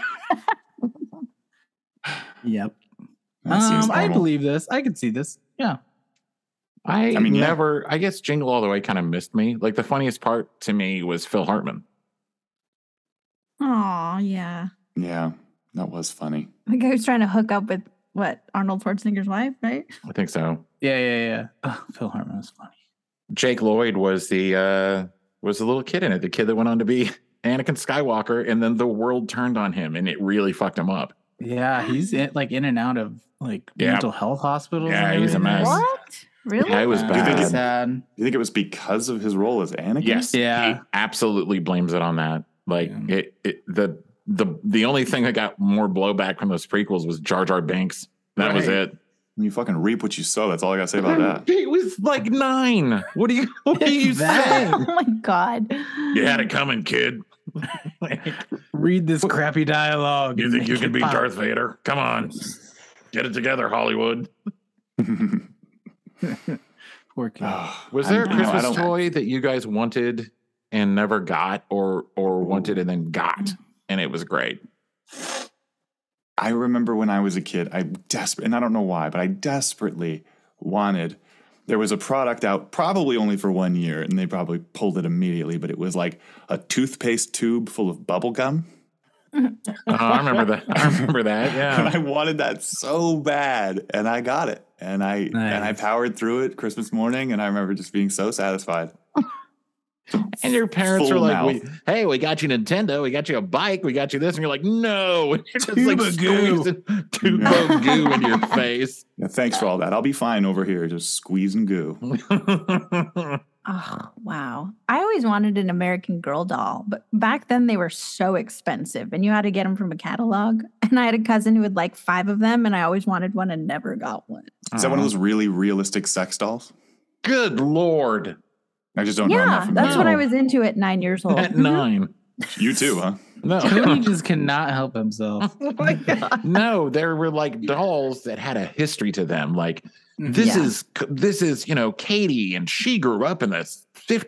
S3: Yep.
S4: That seems
S3: Um, I
S4: normal.
S3: believe this. I could see this. Yeah.
S1: I,
S4: I mean, yeah.
S1: never, I guess Jingle All the Way kind of missed me. Like the funniest part to me was Phil Hartman.
S5: Oh, yeah.
S4: Yeah, that was funny.
S5: The guy who's trying to hook up with what Arnold Schwarzenegger's wife, right?
S1: I think so.
S3: Yeah, yeah, yeah. Oh, Phil Hartman was funny.
S1: Jake Lloyd was the uh was the little kid in it, the kid that went on to be [laughs] Anakin Skywalker, and then the world turned on him and it really fucked him up.
S5: [gasps]
S3: Yeah, he's in, like in and out of like
S1: Yeah.
S3: mental health hospitals.
S1: Yeah,
S3: and
S1: he's a
S3: everything.
S1: mess.
S5: What? Really?
S1: Yeah, it was
S3: Uh,
S4: Do you think
S1: bad.
S4: it's-
S3: sad.
S4: Do you think it was because of his role as Anakin?
S1: Yes,
S3: Yeah.
S1: he absolutely blames it on that. Like
S3: Yeah.
S1: it, it, the the the only thing that got more blowback from those prequels was Jar Jar Binks. That was
S4: Right.
S1: it.
S4: You fucking reap what you sow. That's all I gotta say about that.
S1: He was like nine. What do you? [laughs] What are you
S3: That-
S1: saying?
S5: [laughs] oh my god.
S1: You had it coming, [laughs] kid. you
S3: Read this crappy dialogue. and
S1: think
S3: make
S1: you
S3: it
S1: can be
S3: pop.
S1: Darth Vader? Come on, get it together, Hollywood.
S3: Mm-hmm. Poor kid.
S4: [laughs] Ah,
S1: Was
S4: I-
S1: there a
S4: you know, I
S1: Christmas
S4: don't-
S1: toy that you guys wanted and never got, or or wanted and then got, and it was [laughs] great?
S4: I remember when I was a kid, I desperate, and I don't know why, but I desperately wanted. There was a product out, probably only for one year, and they probably pulled it immediately. But it was like a toothpaste tube full of bubble gum, [laughs]
S1: Oh, I remember that. I remember that. [laughs]
S4: and
S1: Yeah.
S4: I wanted that so bad, and I got it, and I and I
S3: Nice.
S4: powered through it Christmas morning, and I remember just being so satisfied.
S1: And your parents
S4: Full
S1: are like,
S4: mouth.
S1: we, "Hey, we got you Nintendo, we got you a bike, we got you this," and you're like, "No!" [laughs] And you're just like
S3: Tuba goo.
S1: squeezing tuba goo in [laughs] your face.
S4: Yeah, thanks for all that. I'll be fine over here, just squeezing goo.
S5: Oh, wow. I always wanted an American Girl doll, but back then they were so expensive and you had to get them from a catalog. [laughs] And I had a cousin who had like five of them and I always wanted one and never got one.
S4: Is that one of those really realistic sex dolls?
S1: Good lord!
S4: I just don't know. I'm not
S5: yeah,
S4: familiar.
S5: that's what I
S1: Oh, No.
S5: was into at nine years old. Mm-hmm.
S1: At nine,
S4: You too, huh?
S1: no,
S3: [laughs] Tony just cannot help himself.
S5: [laughs] oh
S3: [laughs]
S5: my
S1: [laughs]
S5: God.
S1: no, there were like dolls that had a history to them. Like this
S5: Mm-hmm. Yeah.
S1: is this is you know Katie, and she grew up in the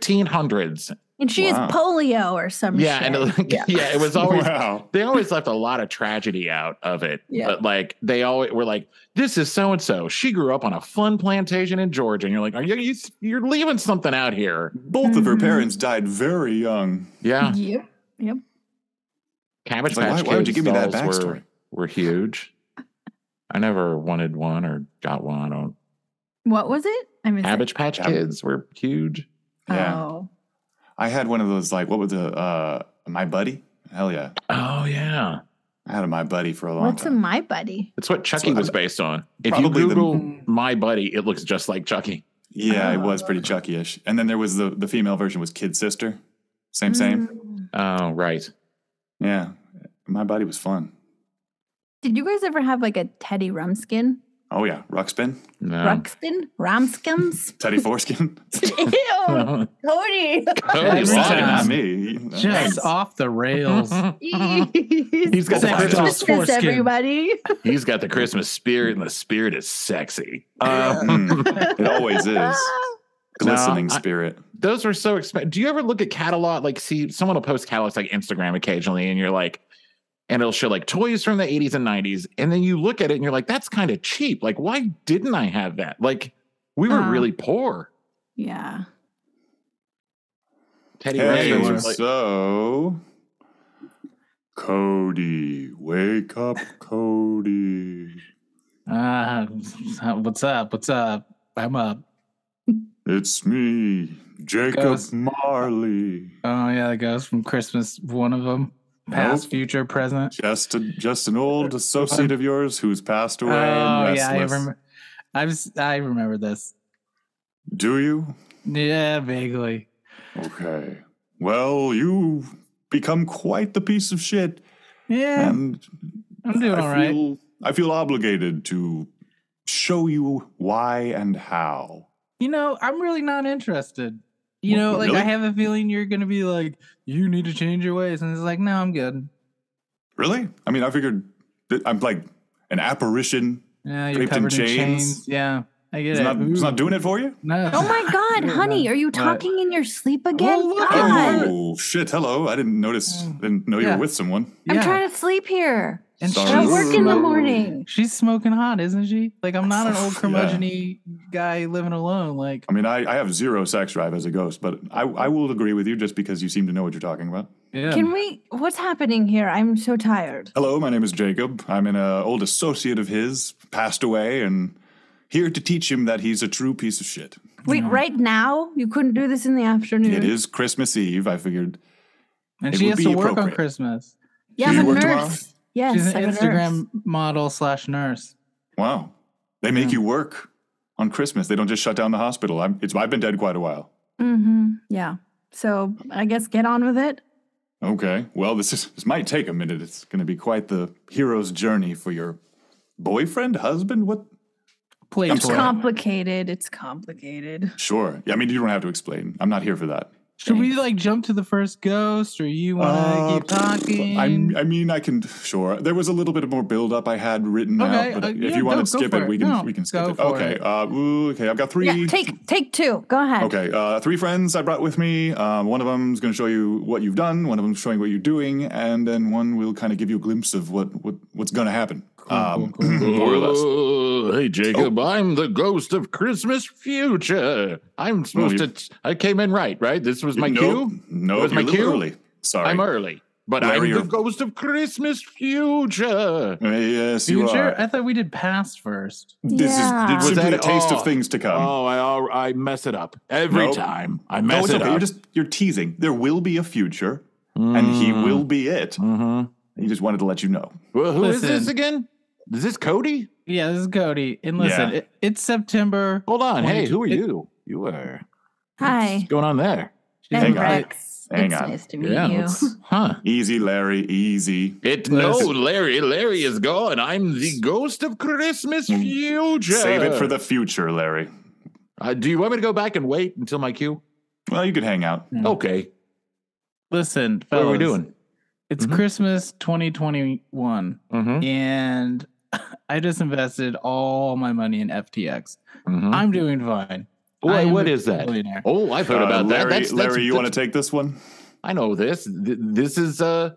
S1: 1500s.
S5: And she
S4: Wow.
S5: is polio or some
S1: Yeah,
S5: shit.
S1: and like, [laughs] yeah. it was always
S4: [laughs]
S5: [laughs]
S4: wow.
S1: they always left a lot of tragedy out of it.
S5: Yeah.
S1: But like they always were like, this is so and so. She grew up on a fun plantation in Georgia. And you're like, are you, you you're leaving something out here?
S4: Both of her
S5: Mhm.
S4: parents died very young.
S1: Yeah.
S5: Yep. Yep.
S1: Cabbage
S4: It's like,
S1: Patch
S4: why,
S1: Kids
S4: why would you give me that
S1: dolls
S4: backstory?
S1: Were, were huge. I never wanted one or got one. On
S5: What was it? I mean,
S1: Cabbage Patch
S4: Cabbage-
S1: Kids were huge.
S4: Yeah.
S5: Oh.
S4: I had one of those, like, what was the, uh, my buddy? Hell yeah.
S1: Oh yeah,
S4: I had a my buddy for a long
S5: What's a
S4: time.
S5: my buddy?
S1: it's what Chucky
S4: So,
S1: was based on. If you
S4: probably the-
S1: Google
S3: Mm.
S1: my buddy, it looks just like Chucky.
S4: yeah, it was pretty Chucky ish. And then there was the, the female version was Kid Sister. Same, same.
S5: Mm.
S1: Oh right.
S4: Yeah. My buddy was fun.
S5: Did you guys ever have like a Teddy Rumskin?
S4: Oh, yeah. Ruckspin,
S1: No.
S5: Ruxpin?
S3: [laughs]
S5: Ramskins?
S1: [laughs]
S4: Teddy Foreskin.
S5: Ew, Cody.
S1: Cody
S3: Just-
S4: Sorry, not
S1: Lyons.
S4: me. [laughs]
S3: Just off the rails.
S5: [laughs] He's
S1: got the
S5: Merry
S1: Christmas
S5: Christmas,
S3: foreskin.
S5: everybody.
S1: [laughs] He's got the Christmas spirit, and the spirit is sexy. Um,
S4: Mm, it always
S5: [laughs]
S4: is. Glistening
S1: No, I-
S4: spirit.
S1: those were so expensive. Do you ever look at catalog? Like, see, someone will post catalogs like Instagram occasionally, and you're like, and it'll show like toys from the 80s and 90s. And then you look at it and you're like, that's kind of cheap. Like, why didn't I have that? Like, we were
S5: Uh,
S1: really poor.
S5: yeah.
S1: Teddy
S4: Hey,
S1: Ruxpin
S3: Anyway,
S1: was like,
S4: so Cody, wake up, Cody.
S3: Uh, what's up? What's up? I'm up.
S4: It's me, Jacob
S3: Ghost.
S4: Marley.
S3: Oh yeah, that goes from Christmas. One of them, past,
S4: Nope.
S3: future, present.
S4: Just a, just an old associate of yours who's passed away.
S3: Uh, oh
S4: and
S3: yeah, I
S4: restless.
S3: remember. I've s- I remember this.
S4: Do you?
S3: Yeah, vaguely.
S4: Okay. Well, you become quite the piece of shit,
S3: Yeah,
S4: and
S3: I'm doing all
S4: Um, I
S3: right.
S4: feel I feel obligated to show you why and how.
S3: You know, I'm really not interested. You
S4: Wha-
S3: know, like I
S4: really?
S3: have a feeling you're gonna be like, you need to change your ways, and it's like, no, I'm good.
S4: Really? I mean, I figured that I'm like an apparition.
S3: Yeah, you're
S4: Draped in
S3: covered in chains.
S4: chains?
S3: Yeah, I get
S4: It's
S3: it.
S4: not, it's
S3: Ooh,
S4: not doing it for you.
S3: no.
S5: Oh
S3: [laughs]
S5: my God,
S3: Yeah,
S5: honey,
S3: no.
S5: are you
S3: What?
S5: talking in your sleep again?
S3: Well, look at
S5: God,
S3: her.
S4: Oh shit! Hello, I didn't notice.
S3: Mm.
S4: Didn't know you
S3: Yeah.
S4: were with someone.
S5: I'm
S3: Yeah. Oh,
S5: trying to sleep here.
S3: And
S4: Sorry.
S5: I don't
S3: she's,
S5: work in the
S4: Ooh.
S5: morning.
S3: she's smoking hot, isn't she? Like I'm not an old
S4: [laughs] Yeah.
S3: curmudgeon guy living alone. Like
S4: I mean, I, I have zero sex drive as a ghost, but I, I will agree with you just because you seem to know what you're talking about.
S3: yeah.
S5: Can we? What's happening here? I'm so tired.
S4: Hello, my name is Jacob. I'm an uh, old associate of his, passed away, and here to teach him that he's a true piece of shit.
S5: Wait,
S3: Yeah.
S5: right now? You couldn't do this in the afternoon.
S4: It is Christmas Eve. I figured
S3: and
S4: it
S3: she
S4: would
S3: has
S4: be
S3: to work on
S4: appropriate.
S3: Christmas.
S4: Do
S5: Yeah, I'm
S4: you work
S5: a nurse.
S4: tomorrow?
S5: Yes,
S3: she's an
S5: I'm a nurse.
S3: Instagram model slash nurse.
S4: Wow. They make
S3: Yeah.
S4: you work on Christmas. They don't just shut down the hospital. I'm, it's, I've been dead quite a while.
S5: Mm-hmm. Yeah. So I guess get on with it.
S4: Okay. Well, this, is, this might take a minute. It's going to be quite the hero's journey for your boyfriend, husband. What?
S3: Play
S4: I'm
S3: toy.
S4: sorry.
S5: Complicated. It's complicated.
S4: Sure. Yeah, I mean, you don't have to explain. I'm not here for that.
S3: Should we like jump to the first ghost, or you want to
S4: Uh,
S3: keep talking?
S4: I'm, I mean, I can. Sure. There was a little bit more buildup I had written
S3: Okay,
S4: out, but
S3: uh,
S4: if
S3: yeah,
S4: you want
S3: go-
S4: to
S3: go
S4: skip
S3: for
S4: it,
S3: it.
S4: we can
S3: No,
S4: we can skip
S3: go
S4: it.
S3: for
S4: Okay.
S3: it.
S4: Uh, ooh, okay. I've got three.
S5: Yeah, take take two. Go ahead.
S4: Okay, uh, three friends I brought with me. Uh, one of them's going to show you what you've done. One of them's showing what you're doing, and then one will kind of give you a glimpse of what, what what's going to happen. um,
S3: cool,
S4: [clears throat]
S3: cool.
S4: More or less.
S1: "Oh, hey Jacob, I'm the ghost of Christmas future. I'm supposed
S4: Oh, you-
S1: to. I came in right, right? This was my
S4: no,
S1: cue.
S4: No,
S1: Was
S4: you're
S1: my
S4: a little
S1: cue?
S4: early. Sorry.
S1: I'm early. But
S4: Where
S1: I'm
S4: you're-
S1: the ghost of Christmas future.
S4: Uh, Yes, you
S3: Future?
S4: are.
S3: I thought we did past first.
S4: This
S5: Yeah.
S4: is this
S1: Was
S4: should be
S1: that-
S4: the taste
S1: oh.
S4: of things to come.
S1: oh, I al- I mess it up every
S4: Um, Nope.
S1: time. I
S4: no,
S1: mess
S4: it's
S1: it
S4: okay.
S1: up.
S4: You're just you're teasing. There will be a future, and he will be it.
S1: hmm
S4: He just wanted to let you know.
S1: Mm-hmm. Well, who is this
S3: Listen.
S1: again? Is this Cody?
S3: Yeah, this is Cody. And listen,
S4: Yeah.
S3: it, it's September.
S1: Hold on. Hey, who are
S3: It-
S1: you? You are.
S5: Hi.
S1: What's going on there?
S3: She's
S5: I'm
S4: Hang on.
S3: like,
S5: Rex.
S4: Hang
S5: it's
S4: on.
S5: nice to meet
S1: Yeah,
S5: you.
S1: let's- Huh?
S4: Easy, Larry. Easy.
S1: It no,
S3: Let's-
S1: Larry. Larry is gone. I'm the ghost of Christmas
S4: Mm.
S1: future.
S4: Save it for the future, Larry.
S1: Uh, do you want me to go back and wait until my cue?
S4: Well, you could hang out.
S3: Mm.
S1: Okay.
S3: Listen,
S1: What are we
S3: fellas,
S1: doing?
S3: It's
S1: Mhm.
S3: Christmas 2021,
S1: Mm-hmm.
S3: and [laughs] I just invested all my money in FTX. I'm doing fine. I
S1: Mm-hmm. What,
S3: am
S1: what
S3: a
S1: is that?
S3: billionaire.
S1: Oh, I've heard
S4: Uh,
S1: about
S4: Larry,
S1: that. That's,
S4: Larry,
S1: that's-
S4: you want to
S1: that's-
S4: take this one?
S1: I know this. Th- This is uh,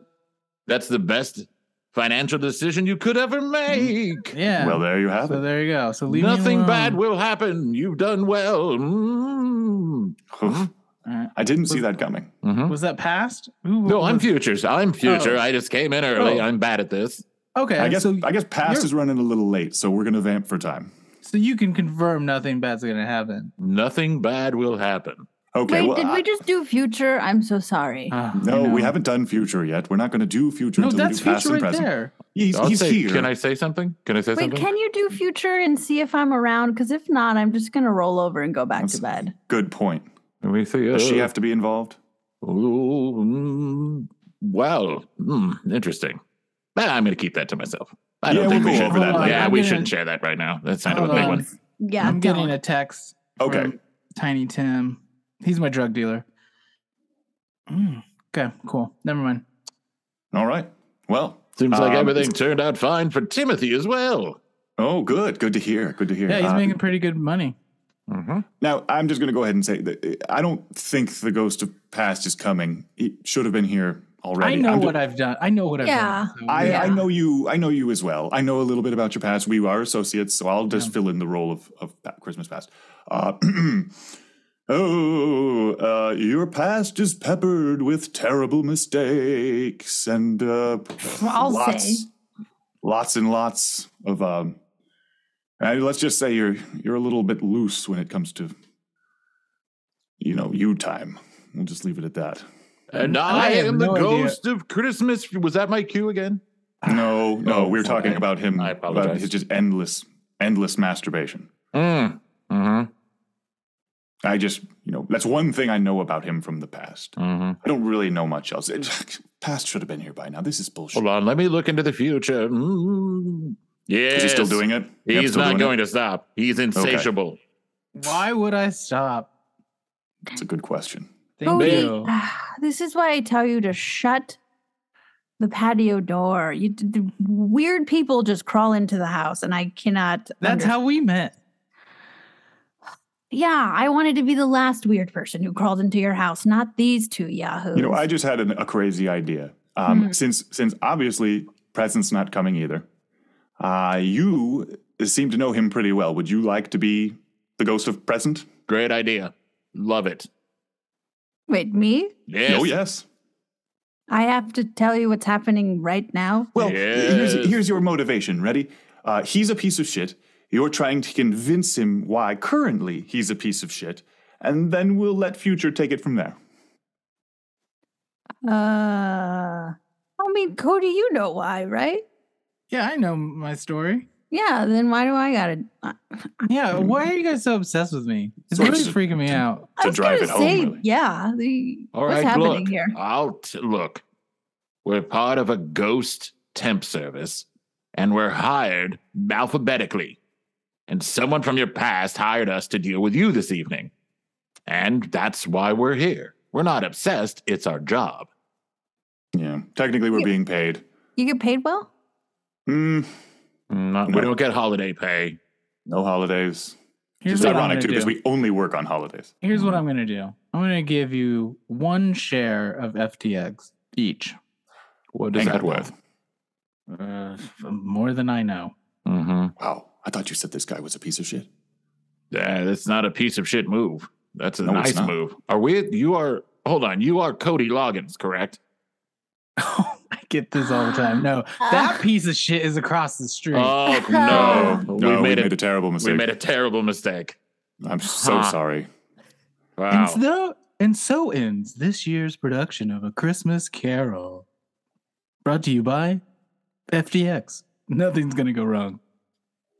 S1: that's the best financial decision you could ever make.
S3: Yeah.
S4: Well, there you have
S3: so
S4: it.
S3: there you go. So leave me
S1: Nothing
S3: alone.
S1: bad will happen. You've done well. Mm.
S4: Oof.
S3: All right.
S4: I didn't see that coming.
S1: Mhm.
S3: Was that past? Who,
S1: No, I'm
S3: was-
S1: futures. I'm future.
S3: Oh.
S1: I just came in early.
S3: Oh.
S1: I'm bad at this.
S3: Okay.
S4: I guess
S3: so,
S4: I guess past
S3: you're-
S4: is running a little late, so we're gonna vamp for time.
S3: so you can confirm nothing bad's going to [sighs] happen.
S1: Nothing bad will happen.
S4: Okay.
S5: Wait,
S4: well,
S5: did
S4: I-
S5: we just do future? I'm so sorry.
S3: Ah, I
S4: no,
S3: know.
S4: we haven't done future yet. We're not gonna do future
S3: No,
S4: until we
S3: that's
S4: do past
S3: future
S4: and
S3: right
S4: present.
S3: there.
S4: He's,
S1: I'll
S4: he's
S1: say-
S4: here.
S1: Can I say something? Can I say
S5: Wait,
S1: something?
S5: can you do future and see if I'm around? Because if not, I'm just gonna roll over and go back
S4: That's-
S5: to bed.
S4: Good point.
S1: Let me see.
S4: Does she
S1: Uh,
S4: have to be involved?
S1: Ooh, mm, well, mm, interesting. But I'm going to keep that to myself. I don't
S4: Yeah,
S1: think
S4: we'll
S1: we
S4: go
S1: should.
S4: over that
S3: Hold on,
S1: yeah,
S3: I'm
S1: we
S3: gonna-
S1: shouldn't share that right now. That's
S4: Oh,
S1: kind of a
S3: Hold
S1: big
S3: on.
S1: one.
S5: Yeah,
S3: I'm
S5: don't.
S3: getting a text.
S4: Okay.
S3: from Tiny Tim. He's my drug dealer. Mm, okay, cool. Never mind.
S4: All right. Well,
S1: Seems like
S4: Um,
S1: everything turned out fine for Timothy as well.
S4: oh, good. Good to hear. Good to hear.
S3: Yeah, he's
S4: Uh,
S3: making pretty good money.
S1: Mm-hmm.
S4: Now, I'm just going to go ahead and say that I don't think the ghost of past is coming. It should have been here already.
S3: I know
S4: I'm ju-
S3: what I've done. I know what I've
S5: Yeah.
S3: done. so-
S4: I,
S5: Yeah.
S4: I know you. I know you as well. I know a little bit about your past. We are associates, so I'll just
S3: Yeah.
S4: fill in the role of of pa- Christmas past. Uh, [clears throat] oh, uh, your past is peppered with terrible mistakes and uh,
S5: I'll
S4: lots,
S5: say.
S4: lots and lots of. Um, and let's just say you're you're a little bit loose when it comes to, you know, you time. We'll just leave it at that.
S1: And I,
S3: I have
S1: am
S3: no
S1: the
S3: idea.
S1: ghost of Christmas. Was that my cue again? [sighs]
S4: No, no,
S1: Oh,
S4: we were talking
S1: sorry.
S4: about him.
S1: I
S4: about
S1: apologize.
S4: his just endless, endless masturbation.
S1: Mm. Mm-hmm.
S4: I just, you know, that's one thing I know about him from the past.
S1: Mm-hmm.
S4: I don't really know much else. It, past should have been here by now. This is bullshit.
S1: Hold on. Let me look into the future. Mm. Yes.
S4: Is he still doing it? Yep,
S1: He's
S4: still
S1: not
S4: doing it?
S1: going to stop. He's insatiable.
S3: Why would I stop?
S4: It's a good question.
S3: Thank
S5: Cody,
S3: you.
S5: [sighs] this is why I tell you to shut the patio door. You d- d- weird people just crawl into the house, and I cannot.
S3: That's
S5: under-
S3: how we met.
S5: Yeah, I wanted to be the last weird person who crawled into your house, not these two yahoos.
S4: You know, I just had an, a crazy idea. Um,
S5: Hmm.
S4: Since, since obviously present's not coming either. Uh, you seem to know him pretty well. Would you like to be the ghost of present?
S1: Great idea. Love it.
S5: wait me.
S1: Yes.
S4: Oh yes.
S5: I have to tell you what's happening right now.
S4: Well, here's,
S1: Yes.
S4: here's your motivation. Ready? Uh, he's a piece of shit. You're trying to convince him why currently he's a piece of shit, and then we'll let future take it from there.
S5: Uh, I mean, Cody, you know why, right?
S3: Yeah, I know my story.
S5: Yeah. Then why do I gotta? I
S3: Yeah, why are you guys so obsessed with me? It's
S4: So
S3: really
S4: it's-
S3: freaking me out.
S5: I
S4: To
S5: was
S4: drive
S5: gonna
S4: it home,
S5: say,
S4: really.
S5: yeah. The,
S1: All
S5: what's
S1: right,
S5: happening
S1: look,
S5: here?
S1: I'll t- look. We're part of a ghost temp service, and we're hired alphabetically. And someone from your past hired us to deal with you this evening, and that's why we're here. We're not obsessed; it's our job.
S4: Yeah. Technically, we're
S5: Yeah.
S4: being paid.
S5: You get paid well?
S4: Mm,
S1: Not,
S4: No.
S1: We don't get holiday pay.
S4: no holidays.
S3: Here's
S4: it's
S3: what, I'm
S4: ironic
S3: gonna
S4: too,
S3: do.
S4: because we only work on holidays.
S3: Here's
S1: Mm-hmm.
S3: what I'm going to do I'm going to give you one share of FTX each.
S1: What
S4: Hang on, what?
S3: Uh, more than I know. [laughs]
S1: Mm-hmm.
S4: Wow. I thought you said this guy was a piece of shit.
S1: Yeah, that's not a piece of shit move. That's a
S4: No, it's
S1: nice
S4: not.
S1: move. Are we? You are. Hold on. You are Cody Loggins, correct?
S3: Oh, I get this all the time.
S1: [gasps]
S3: No, that piece of shit is across the street.
S5: [laughs]
S1: Oh
S5: No,
S1: no,
S4: no, we made, a, terrible mistake.
S1: we made a terrible mistake.
S4: I'm so
S1: Huh.
S4: sorry.
S1: Wow.
S3: and, so, and so ends this year's production of A Christmas Carol. Brought to you by FDX. Nothing's going to go wrong.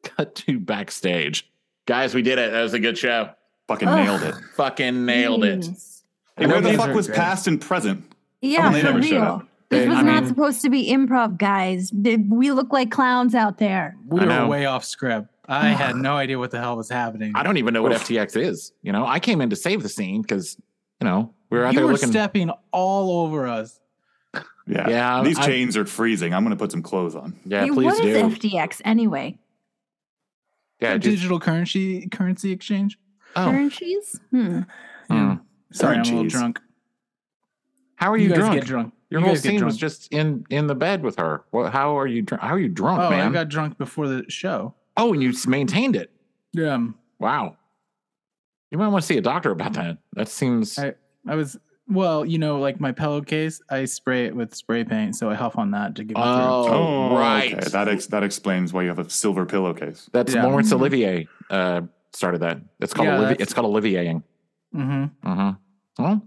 S1: Cut to backstage. Guys, we did it. That was a good show.
S4: Fucking
S5: Ugh.
S4: nailed it.
S1: Fucking nailed it.
S3: Mm.
S5: Jeez.
S1: And
S4: Where the
S1: Ah. these
S4: fuck
S3: are
S4: was
S3: great.
S4: past and present?
S5: Yeah,
S4: they
S5: for
S4: never showed
S5: real.
S4: up.
S5: This
S1: They-
S5: was
S1: I
S5: not
S1: mean-
S5: supposed to be improv, guys. Th- We look like clowns out there.
S3: We
S1: I
S3: were
S1: know.
S3: way off script.
S1: [sighs]
S3: I had no idea what the hell was happening.
S1: I don't even know what
S4: Oof.
S1: FTX is. You know, I came in to save the scene because, you know, we were out
S3: you
S1: there
S3: were
S1: looking.
S3: stepping all over us.
S4: Yeah.
S1: yeah,
S4: These
S1: I-
S4: chains are freezing. I'm going to put some clothes on.
S1: Yeah,
S5: Hey,
S1: please
S5: what
S1: do.
S5: is FTX anyway?
S1: yeah,
S3: Our
S1: just,
S3: digital currency currency exchange.
S1: oh,
S5: Currencies? Hmm.
S1: hmm.
S3: Mm. Sorry, I'm a little
S4: Currencies.
S3: drunk.
S1: how are you,
S3: guys
S1: drunk?
S3: get Oh, drunk.
S1: Your
S3: You
S1: whole
S3: guys get
S1: scene was
S3: drunk.
S1: just in in the bed with her. What? How are you? Dr- how are you drunk,
S3: Oh, I
S1: man?
S3: got drunk before the show.
S1: oh, and you s- maintained it.
S3: Yeah, um,
S1: Wow. You might want to see a doctor about that. That seems.
S3: I- I was. Well, you know, like my pillowcase, I spray it with spray paint, so I huff on that to get me
S1: oh,
S3: through.
S1: right.
S4: okay. That, ex- that explains why you have a silver pillowcase.
S1: That's
S3: Yeah.
S1: Laurence Olivier uh, started that. It's called
S3: Yeah,
S1: Olivier.
S3: that's-
S1: It's called Oliviering.
S3: hmm
S1: Uh-huh. Well,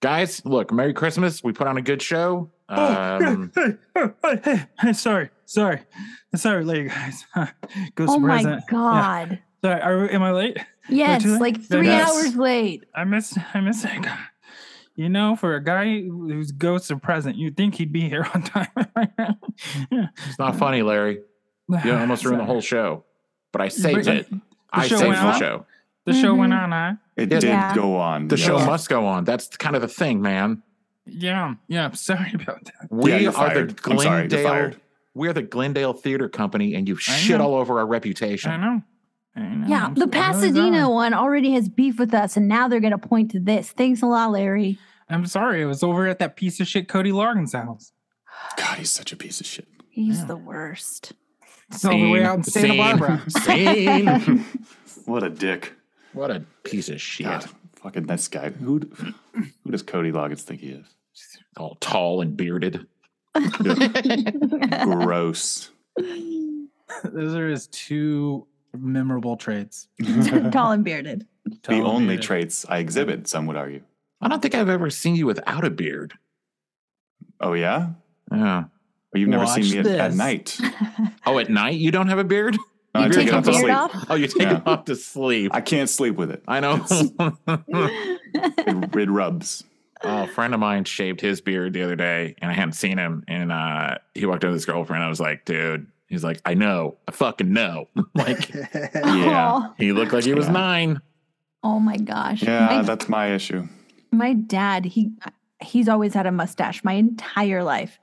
S1: guys, look, Merry Christmas. We put on a good show.
S3: [laughs] Oh.
S1: Um,
S3: hey, hey, sorry, sorry, sorry, later, guys. [laughs] Go
S5: Oh my God.
S3: Sorry, am I late?
S5: Yes,
S3: too late?
S5: like three
S4: Yes.
S5: hours late.
S3: I miss I miss that guy. You know, for a guy who's ghosts are present, you'd think he'd be here [laughs] on time.
S1: it's not funny, Larry. You almost ruined the whole show, but I saved
S3: [sighs] But-
S1: it. I
S3: show
S1: saved
S3: went
S1: the
S3: on?
S1: show.
S3: The show went
S5: Mhm.
S3: on, huh?
S4: It
S1: Yeah.
S4: did
S5: Yeah.
S4: go on.
S1: The
S4: yes.
S1: show must go on. That's kind of the thing, man.
S3: Yeah, yeah. I'm Sorry [laughs] about that.
S1: We
S4: Yeah, you're
S1: are the
S4: fired. I'm
S1: Glendale.
S4: sorry, you're fired.
S1: We are the Glendale Theater Company, and you
S3: I
S1: shit
S3: know.
S1: all over our
S3: I
S1: reputation.
S3: know. I know.
S5: Yeah,
S3: I'm
S5: the
S3: so- I'm really
S5: Pasadena
S3: sorry. uh,
S5: one already has beef with us, and now they're going to point to this. Thanks a lot, Larry.
S3: I'm sorry. It was over at that piece of shit Cody Larkin's house.
S4: God, he's such a piece of shit.
S5: He's
S3: Yeah.
S4: [laughs]
S5: the worst. [laughs]
S3: It's all the way out in Santa
S1: Scene.
S3: Barbara. [laughs]
S1: Scene.
S4: What a dick.
S1: what a piece of shit.
S4: God, fucking this guy. Who d- who does Cody Loggins think he is?
S1: All tall and bearded.
S4: [laughs] Gross.
S3: Those are his two memorable traits.
S4: the
S5: Tall and bearded.
S3: Tall
S4: only
S3: beard.
S4: traits I exhibit, some would argue.
S1: I don't think I've ever seen you without a beard.
S4: Oh yeah?
S1: Yeah.
S4: Well, you've never
S3: Watch
S4: seen me at, at
S3: this.
S4: night.
S1: Oh, at night you don't have a beard?
S4: No, I
S1: You take
S4: take it
S1: your
S4: off to
S1: beard
S4: sleep. [laughs]
S5: off?
S1: Oh, you take
S4: Yeah.
S1: it off to sleep.
S4: I can't sleep with it.
S1: I
S4: [laughs]
S1: know.
S5: [laughs]
S4: It, it rubs.
S1: oh, [laughs] a friend of mine shaved his beard the other day, and I hadn't seen him. And uh, he walked over to this girlfriend. I was like, dude. He's like, I know. I fucking know. [laughs] like
S4: Yeah.
S5: Aw.
S1: he looked like he was
S4: Yeah.
S1: nine.
S5: Oh my gosh.
S4: Yeah,
S5: my,
S4: that's my issue.
S5: my dad, he he's always had a mustache my entire life.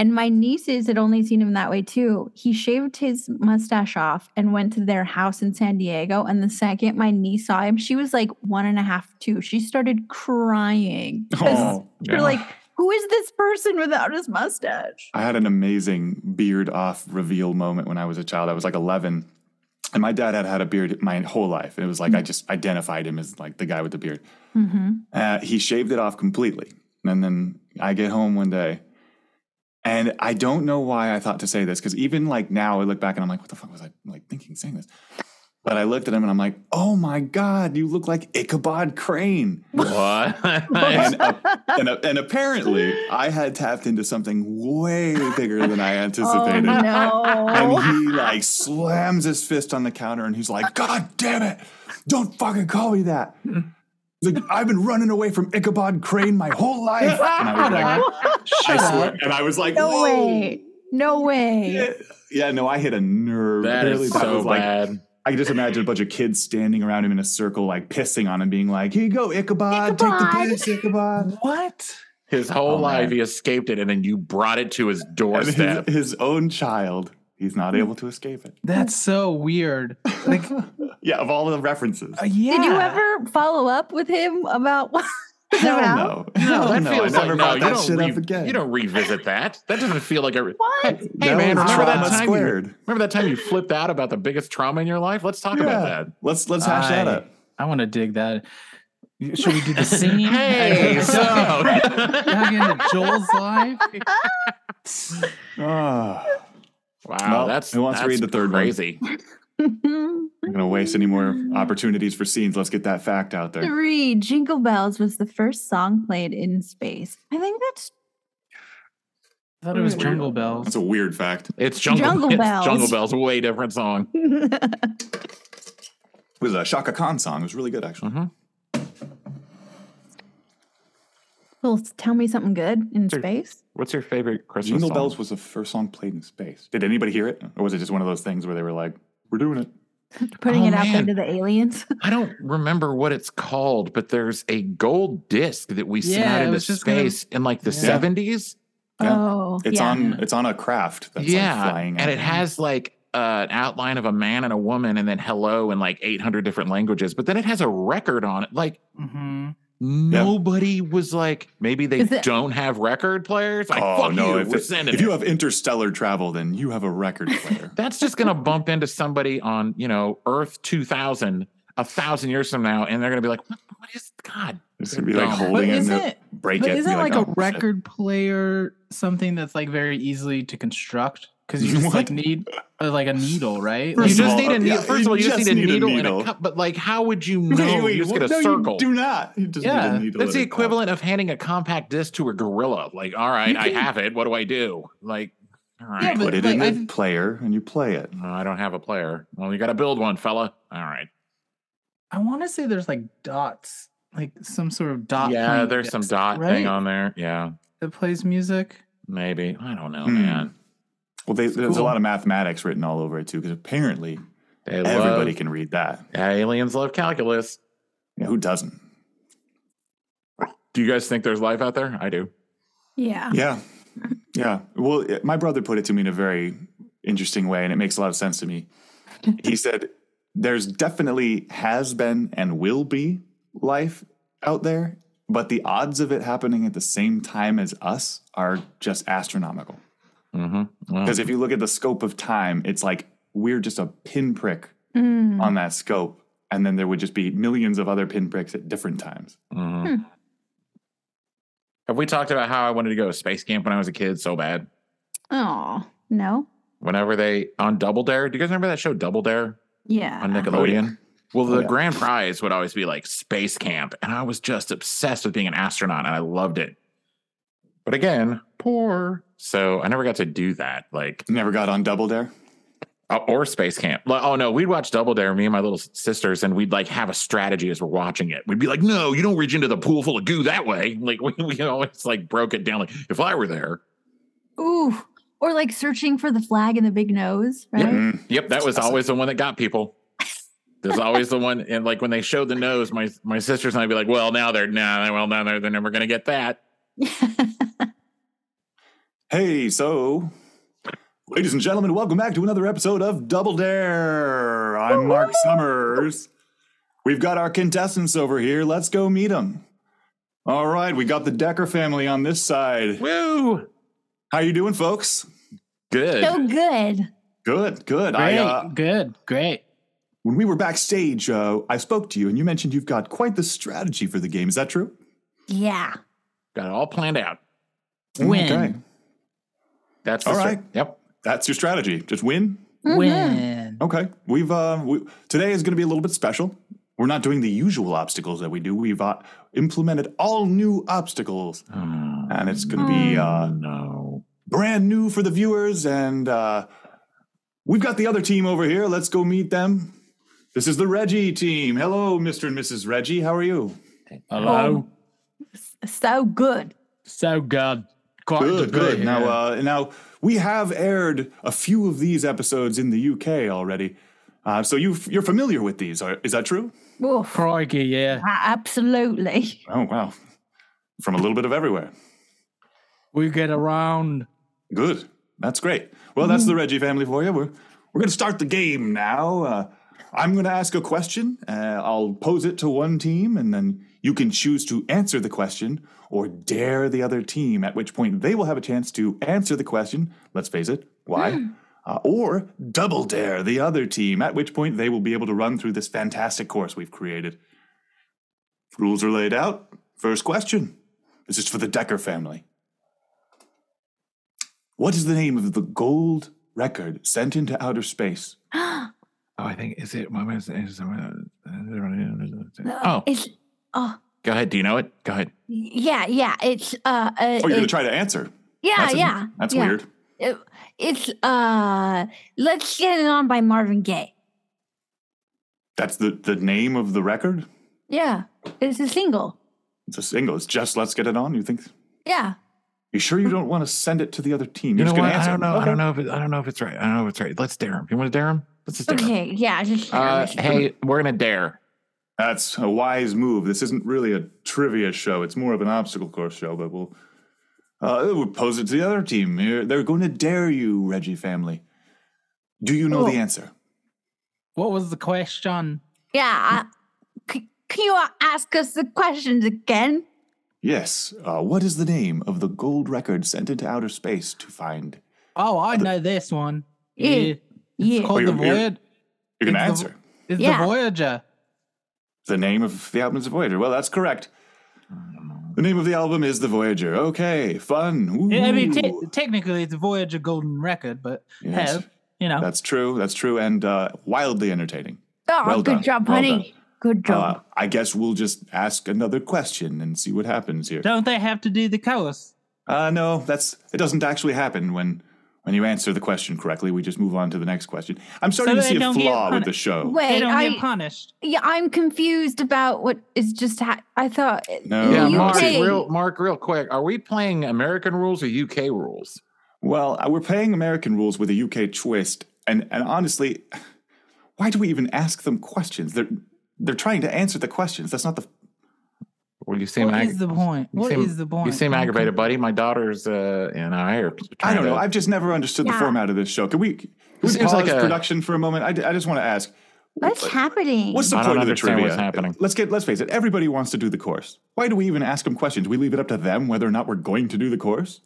S5: And my nieces had only seen him that way too. He shaved his mustache off and went to their house in San Diego. And the second my niece saw him, she was like one and a half, two. She started
S4: [laughs]
S5: crying. 'Cause
S4: Oh,
S5: They're like, [laughs] who is this person without his mustache?
S4: I had an amazing beard off reveal moment when I was a child. I was like 11. And my dad had had a beard my whole life. It was like I just identified him as like the guy with the beard.
S5: Mm-hmm.
S4: Uh, he shaved it off completely. And then I get home one day. And I don't know why I thought to say this because even like now I look back and I'm like, what the fuck was I like thinking saying this? But I looked at him and I'm like, oh my God, you look like Ichabod Crane. [laughs]
S1: what?
S4: And,
S5: [laughs]
S4: a- and, a- and apparently I had tapped into something way bigger than
S5: Oh,
S4: I anticipated. [laughs] And
S5: no.
S4: he like slams his fist on the counter and he's like, God damn it. Don't fucking call me that. He's Like, I've been running away from Ichabod Crane my whole life. And I was
S5: [laughs]
S4: like, I
S3: Shut
S4: swear.
S3: up.
S4: And I was like,
S5: no
S4: Whoa.
S5: way. No way.
S4: Yeah, yeah, no, I hit a nerve.
S1: that
S4: Literally,
S1: is so
S4: was like,
S1: bad.
S4: I can just imagine a bunch of kids standing around him in a circle, like pissing on him, being like, here you go, Ichabod, take
S5: Ichabod."
S4: the piss, Ichabod.
S3: What?
S1: His whole
S4: Oh, man.
S1: life he escaped it, and then you brought it to his
S4: And [laughs]
S1: doorstep.
S4: his, his own child, he's not able to escape it.
S3: That's so weird. Like, [laughs]
S4: Yeah, of all the references.
S3: uh, yeah.
S5: Did you ever follow up with him about [laughs] what?
S4: Hell
S5: about-
S1: No,
S4: no. Hell
S1: that
S4: no,
S1: feels
S4: I
S1: like no,
S4: never brought
S1: you
S4: that
S1: don't
S4: shit
S1: re-
S4: up again.
S1: You don't revisit that. That doesn't feel like a. Re-
S5: What?
S1: Hey, man,
S4: That was
S1: remember that
S4: trauma
S1: time you-
S4: squared.
S1: remember that time you flipped out about the biggest trauma in your life? Let's talk
S4: Yeah.
S1: about that.
S4: Let's let's hash that
S3: I-
S4: up.
S3: I want to dig that. Should we do the [laughs] singing?
S1: Hey, so
S3: [laughs] Dug into Joel's life.
S1: wow,
S4: Ah, Well,
S1: that's
S4: who wants
S1: that's
S4: to read the third one?
S1: crazy.
S4: I'm going to waste any more opportunities for scenes. Let's get that fact out there.
S5: [laughs] Three Jingle Bells was the first song played in space. I think that's
S3: I thought it was
S5: Weird.
S3: Jungle Bells.
S4: That's a weird fact.
S1: It's Jungle,
S5: Jungle
S1: [laughs] it's
S5: Bells.
S1: Jungle Bells, way different
S4: [laughs]
S1: song.
S4: It was a Shaka Khan song. It was really good, actually.
S1: Mhm.
S5: well, tell me something good in space.
S1: What's your favorite Christmas
S4: Jingle
S1: song?
S4: Bells was the first song played in space. Did anybody hear it? Or was it just one of those things where they were like, we're doing it?
S5: Putting
S1: Oh,
S5: it out
S1: man.
S5: there to the aliens. [laughs]
S1: I don't remember what it's called, but there's a gold disc that we sent
S3: Yeah,
S1: out
S3: I
S1: into
S3: was just gonna-
S1: space in like the
S3: Yeah.
S1: 70s.
S4: Yeah.
S5: Oh,
S4: It's
S5: yeah.
S4: on it's on a craft that's
S1: yeah,
S4: like flying.
S1: and
S4: out.
S1: it has like uh, an outline of a man and a woman, and then hello in like 800 different languages. But then it has a record on it. Like
S3: Mm-hmm.
S1: nobody was like, maybe they
S5: Is it-
S1: don't have record players. Like,
S4: oh
S1: fuck
S4: no!
S1: you,
S4: if
S1: we're
S4: it-
S1: sending
S4: if you
S1: it.
S4: have interstellar travel, then you have a record
S3: [laughs]
S4: player.
S1: That's just gonna bump into somebody on you know Earth 2000 a thousand years from now, and they're gonna be like, what, what is God?
S4: it's gonna be like
S1: Dumb.
S3: But
S4: holding it, and
S3: isn't,
S4: they'll break
S3: but
S4: it. and be
S3: isn't like,
S4: oh,
S3: a
S4: shit. [laughs]
S3: record player something that's like very easily to construct? Because
S4: [laughs]
S3: you just like
S4: What?
S3: need uh, like a needle, right?
S4: First
S1: you just
S4: of all,
S1: need a
S4: uh,
S1: needle.
S4: yeah,
S1: first of all, you just, need a needle, and
S4: needle.
S1: a cup. But like, how would
S4: [laughs]
S1: you know?
S4: Wait, wait,
S1: you just
S4: what?
S1: get a
S4: no,
S1: circle.
S4: You do not. You just
S3: Yeah,
S4: need a needle
S1: That's
S4: and
S1: the
S4: a cup.
S1: equivalent of handing a compact disc to a gorilla. Like, all right,
S3: You
S1: I
S3: can-
S1: have it. What do I do? Like, all right.
S3: Yeah,
S4: Put
S3: but,
S4: it
S3: like,
S4: in
S3: I
S4: a
S3: th-
S4: player and you play it.
S1: No, I don't have a player. Well, you got to build one, fella. All right.
S3: I want to say there's like dots, like some sort of dot.
S1: yeah,
S3: playing
S1: there's some
S3: disc,
S1: dot
S3: right?
S1: thing on there. Yeah,
S3: that plays music.
S1: maybe. I don't know,
S4: Hmm.
S1: man.
S4: Well, they, there's
S3: cool.
S4: a lot of mathematics written all over it too, because apparently
S1: They
S4: everybody
S1: love,
S4: can read that.
S1: aliens love calculus.
S4: Yeah, who doesn't?
S1: Do you guys think there's life out there? I do.
S5: Yeah.
S4: Yeah. Yeah. Well, it- my brother put it to me in a very interesting way, and it makes a lot of sense to me.
S5: [laughs]
S4: He said, There's definitely has been and will be life out there, but the odds of it happening at the same time as us are just astronomical.
S1: Mm-hmm.
S5: Mm.
S1: Well,
S4: Because if you look at the scope of time, it's like we're just a pinprick
S5: Mm.
S4: on that scope. And then there would just be millions of other pinpricks at different times.
S1: mhm. Have we talked about how I wanted to go to space camp when I was a kid so bad?
S5: Oh, no.
S1: Whenever they on Double Dare, do you guys remember that show Double Dare?
S5: Yeah.
S1: on
S4: Oh, yeah.
S1: Nickelodeon. Well, the
S4: Oh, yeah.
S1: grand prize would always be like space camp, and I was just obsessed with being an astronaut, and I loved it. But again, poor, so I never got to do that, like
S4: Never got on Double Dare.
S1: uh, or space camp. Like, oh no, we'd watch Double Dare, me and my little s- sisters, and we'd like have a strategy as we're watching it. We'd be like, "No, you don't reach into the pool full of goo that way." [laughs] Like we, we always like broke it down. Like if I were there,
S5: Ooh. Or like searching for the flag in the big nose,
S1: Yeah.
S5: right?
S4: Mm.
S1: Yep, that was
S4: Classic.
S1: always the one that got people. There's always the one, and like when they showed the nose, my my sisters and I'd be like, "Well, now they're nah, well now they're they're never gonna get that."
S4: Mm. Hey, so, ladies and gentlemen, welcome back to another episode of Double Dare. I'm Mark Summers. We've got our contestants over here. Let's go meet them. All right, we got the Decker family on this side.
S1: Woo,
S4: How you doing, folks?
S1: good.
S5: [laughs] so good.
S4: Good,
S3: Great,
S4: good. I uh,
S3: good, great.
S4: when we were backstage, uh, I spoke to you, and you mentioned you've got quite the strategy for the game. Is that true?
S5: Yeah.
S1: Got it all planned out.
S3: Win.
S4: Okay,
S1: That's the
S4: All
S1: str-
S4: right.
S1: Yep.
S4: that's your strategy. Just win.
S5: Mm-hmm.
S3: Win.
S4: Okay, we've uh, we, today is going to be a little bit special. We're not doing the usual obstacles that we do. We've uh, implemented all new obstacles,
S1: Oh,
S4: and it's going to be uh,
S1: no.
S4: brand new for the viewers. And uh, we've got the other team over here. Let's go meet them. This is the Reggie team. Hello, Mr. and Mrs. Reggie. How are you?
S5: Hello? So good.
S3: um, So good. Quite
S4: Good, good. Now, uh, now we have aired a few of these episodes in the UK already, uh, so you you're familiar with these. Are, is that true?
S5: Oof.
S3: crikey, yeah.
S5: Absolutely. [gasps]
S4: Oh wow, from a little bit of everywhere.
S3: We get around.
S4: Good. That's great. Well, that's the Reggie family for you. We're, we're going to start the game now. Uh, I'm going to ask a question. Uh, I'll pose it to one team, and then you can choose to answer the question or dare the other team, at which point they will have a chance to answer the question. Let's face it, why? Uh, or double dare the other team, at which point they will be able to run through this fantastic course we've created. Rules are laid out. First question. This is for the Decker family. What is the name of the gold record sent into outer space?
S1: Oh, I think is it. what is it- is it-
S5: Uh,
S1: Oh,
S5: It's, oh,
S1: go ahead. Do you know it? Go ahead.
S5: yeah, yeah. It's, uh, uh
S4: Oh, you're going to
S5: it-
S4: try to answer.
S5: yeah,
S4: That's a-
S5: yeah.
S4: That's
S5: yeah.
S4: weird.
S5: It's, uh, Let's Get It On by Marvin Gaye.
S4: That's the, the name of the record?
S5: Yeah. It's a single.
S4: It's a single. It's just Let's Get It On. You think,
S5: Yeah.
S4: you sure you don't want to send it to the other team?
S1: You
S4: You're
S1: know
S4: just going
S1: what?
S4: to
S1: I
S4: answer.
S1: don't know. I
S4: Okay.
S1: don't know if it, I don't know if it's right. I don't know if it's right. Let's dare him. You want to dare him? Let's just dare him.
S5: Okay. Yeah. Just,
S1: Uh, hey, we're gonna dare.
S4: That's a wise move. This isn't really a trivia show. It's more of an obstacle course show, but we'll uh, we'll pose it to the other team. They're- They're going to dare you, Reggie family. Do you know
S5: Oh.
S4: the answer?
S3: What was the question?
S5: yeah. I, c- can you ask us the questions again?
S4: Yes. Uh, what is the name of the gold record sent into outer space to find?
S3: Oh, I know this one.
S5: Yeah. Yeah.
S3: It's called the
S4: you're- you're-
S3: Voyage.
S4: You're going to
S3: It's the-
S4: answer
S3: It's
S5: Yeah.
S3: the Voyager.
S4: the name of the album's Voyager. Well, that's correct. The name of the album is The Voyager. Okay, fun.
S3: Yeah, I mean,
S4: Ooh.
S3: te- technically, it's Voyager Golden Record, but
S4: Yes.
S3: hell, you know.
S4: that's true. That's true, and uh, wildly entertaining.
S5: Oh,
S4: Well
S5: good
S4: done.
S5: job,
S4: Well
S5: honey. good job.
S4: Uh, I guess we'll just ask another question and see what happens here.
S3: Don't they have to do the course?
S4: Uh, no, that's it. Doesn't actually happen when when you answer the question correctly. We just move on to the next question. I'm
S3: So
S4: starting to
S3: they
S4: see a
S3: don't get
S4: flaw with
S3: punished.
S4: the show.
S3: They
S5: Wait,
S3: don't
S5: I,
S3: get punished.
S5: yeah, I'm confused about what is just. Ha- I thought
S4: No,
S5: in
S1: Yeah,
S5: the
S1: Uh,
S4: no,
S1: Mark,
S5: UK,
S1: real Mark, real quick. Are we playing American rules or UK rules?
S4: Well, uh, we're playing American rules with a UK twist, and and honestly, [sighs] why do we even ask them questions? They're they're trying to answer the questions. That's not the
S1: Well, you seem
S3: What
S1: ag-
S3: is the point?
S1: you
S3: What is
S1: seem-
S3: the point?
S1: you seem
S3: I'm
S1: aggravated, buddy. My daughters uh, and I are.
S4: I don't
S1: trying to-
S4: know. I've just never understood the
S5: Yeah.
S4: format of this show. Can we, can we
S1: seems
S4: pause
S1: like a-
S4: production for a moment? I, d- I just want to ask.
S5: what's happening?
S4: What's the
S1: I don't
S4: point of the
S1: understand
S4: trivia?
S1: what's happening.
S4: Let's get. Let's face it. Everybody wants to do the course. Why do we even ask them questions? We leave it up to them whether or not we're going to do the course.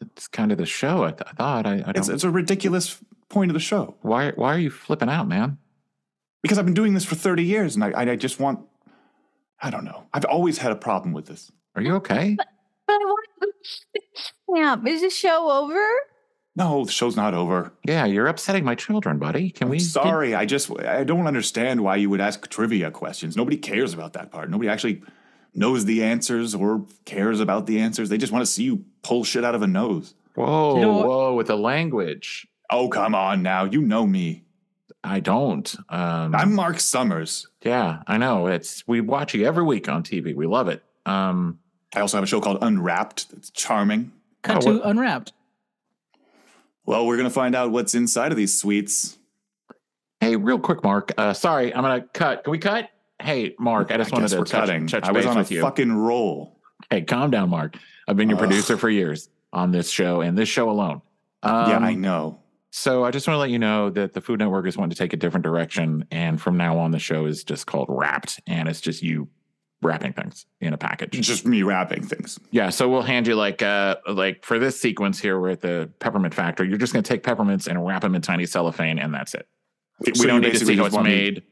S1: it's kind of the show. I, th- I thought. I, I don't.
S4: It's, it's a ridiculous point of the show
S1: why? Why are you flipping out, man?
S4: because I've been doing this for thirty years, and I, I, I just want. I don't know. I've always had a problem with this.
S1: Are you okay?
S5: [laughs] But I [laughs] want yeah, is the show over?
S4: No, the show's not over.
S1: Yeah, you're upsetting my children, buddy. Can we?
S4: I'm sorry. I just I don't understand why you would ask trivia questions. Nobody cares about that part. Nobody actually knows the answers or cares about the answers. They just want to see you pull shit out of a nose.
S1: Whoa,
S3: You know what-
S1: whoa, with the language.
S4: Oh, come on now. You know me.
S1: I don't. Um,
S4: I'm Mark Summers.
S1: yeah, I know. It's we watch you every week on TV. We love it. Um,
S4: I also have a show called Unwrapped. It's charming.
S3: Cut
S1: Oh,
S3: to
S1: what-
S3: unwrapped.
S4: Well, we're going to find out what's inside of these sweets.
S1: hey, real quick, Mark. Uh, sorry, I'm gonna cut. Can we cut? Hey, Mark, I just
S4: guess
S1: wanted to
S4: we're
S1: touch,
S4: cutting.
S1: touch
S4: I was
S1: base
S4: on a
S1: with you.
S4: fucking roll.
S1: hey, calm down, Mark. I've been your
S4: Ugh.
S1: producer for years on this show and this show alone.
S4: yeah,
S1: Um,
S4: I know.
S1: So I just want to let you know that the Food Network is wanting to take a different direction, and from now on, the show is just called Wrapped, and it's just you wrapping things in a package.
S4: It's Just me wrapping things.
S1: Yeah, so we'll hand you like uh like for this sequence here, we're at the peppermint factory. You're just gonna take peppermints and wrap them in tiny cellophane, and that's it. We
S4: So you
S1: don't need to
S4: basically
S1: see how
S4: just
S1: it's
S4: want me-
S1: made.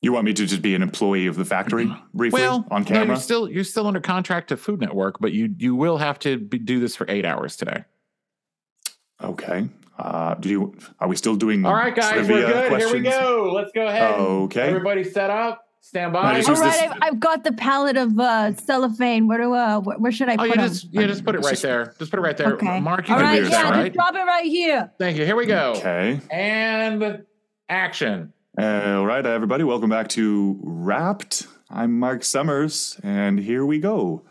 S4: You want me to just be an employee of the factory briefly
S1: Mm-hmm. Well,
S4: on
S1: no,
S4: camera?
S1: you're still you're still under contract to Food Network, but you you will have to be, do this for eight hours today.
S4: Okay. Uh, do you? Are we still doing?
S1: All right, guys, we're
S4: trivia
S1: good. Here we
S4: questions? Oh,
S1: go. Let's go ahead.
S4: Okay.
S1: Everybody, set up. Stand
S4: I
S1: by.
S4: just
S5: All
S4: Who's
S5: right,
S4: this-
S5: I've, I've got the palette of uh, cellophane. Where do uh, where, where should I
S1: Oh,
S5: put
S1: you
S5: it?
S1: just you just put it right there. Just put it right there.
S5: Okay.
S1: Mark, you
S5: All
S1: can
S5: right,
S1: do
S5: yeah,
S1: this,
S4: that,
S5: just
S1: right?
S5: drop it right here.
S1: Thank you. Here we go.
S4: Okay.
S1: And action.
S4: Uh, all right, everybody. Welcome back to Wrapped. I'm Mark Summers, and here we go.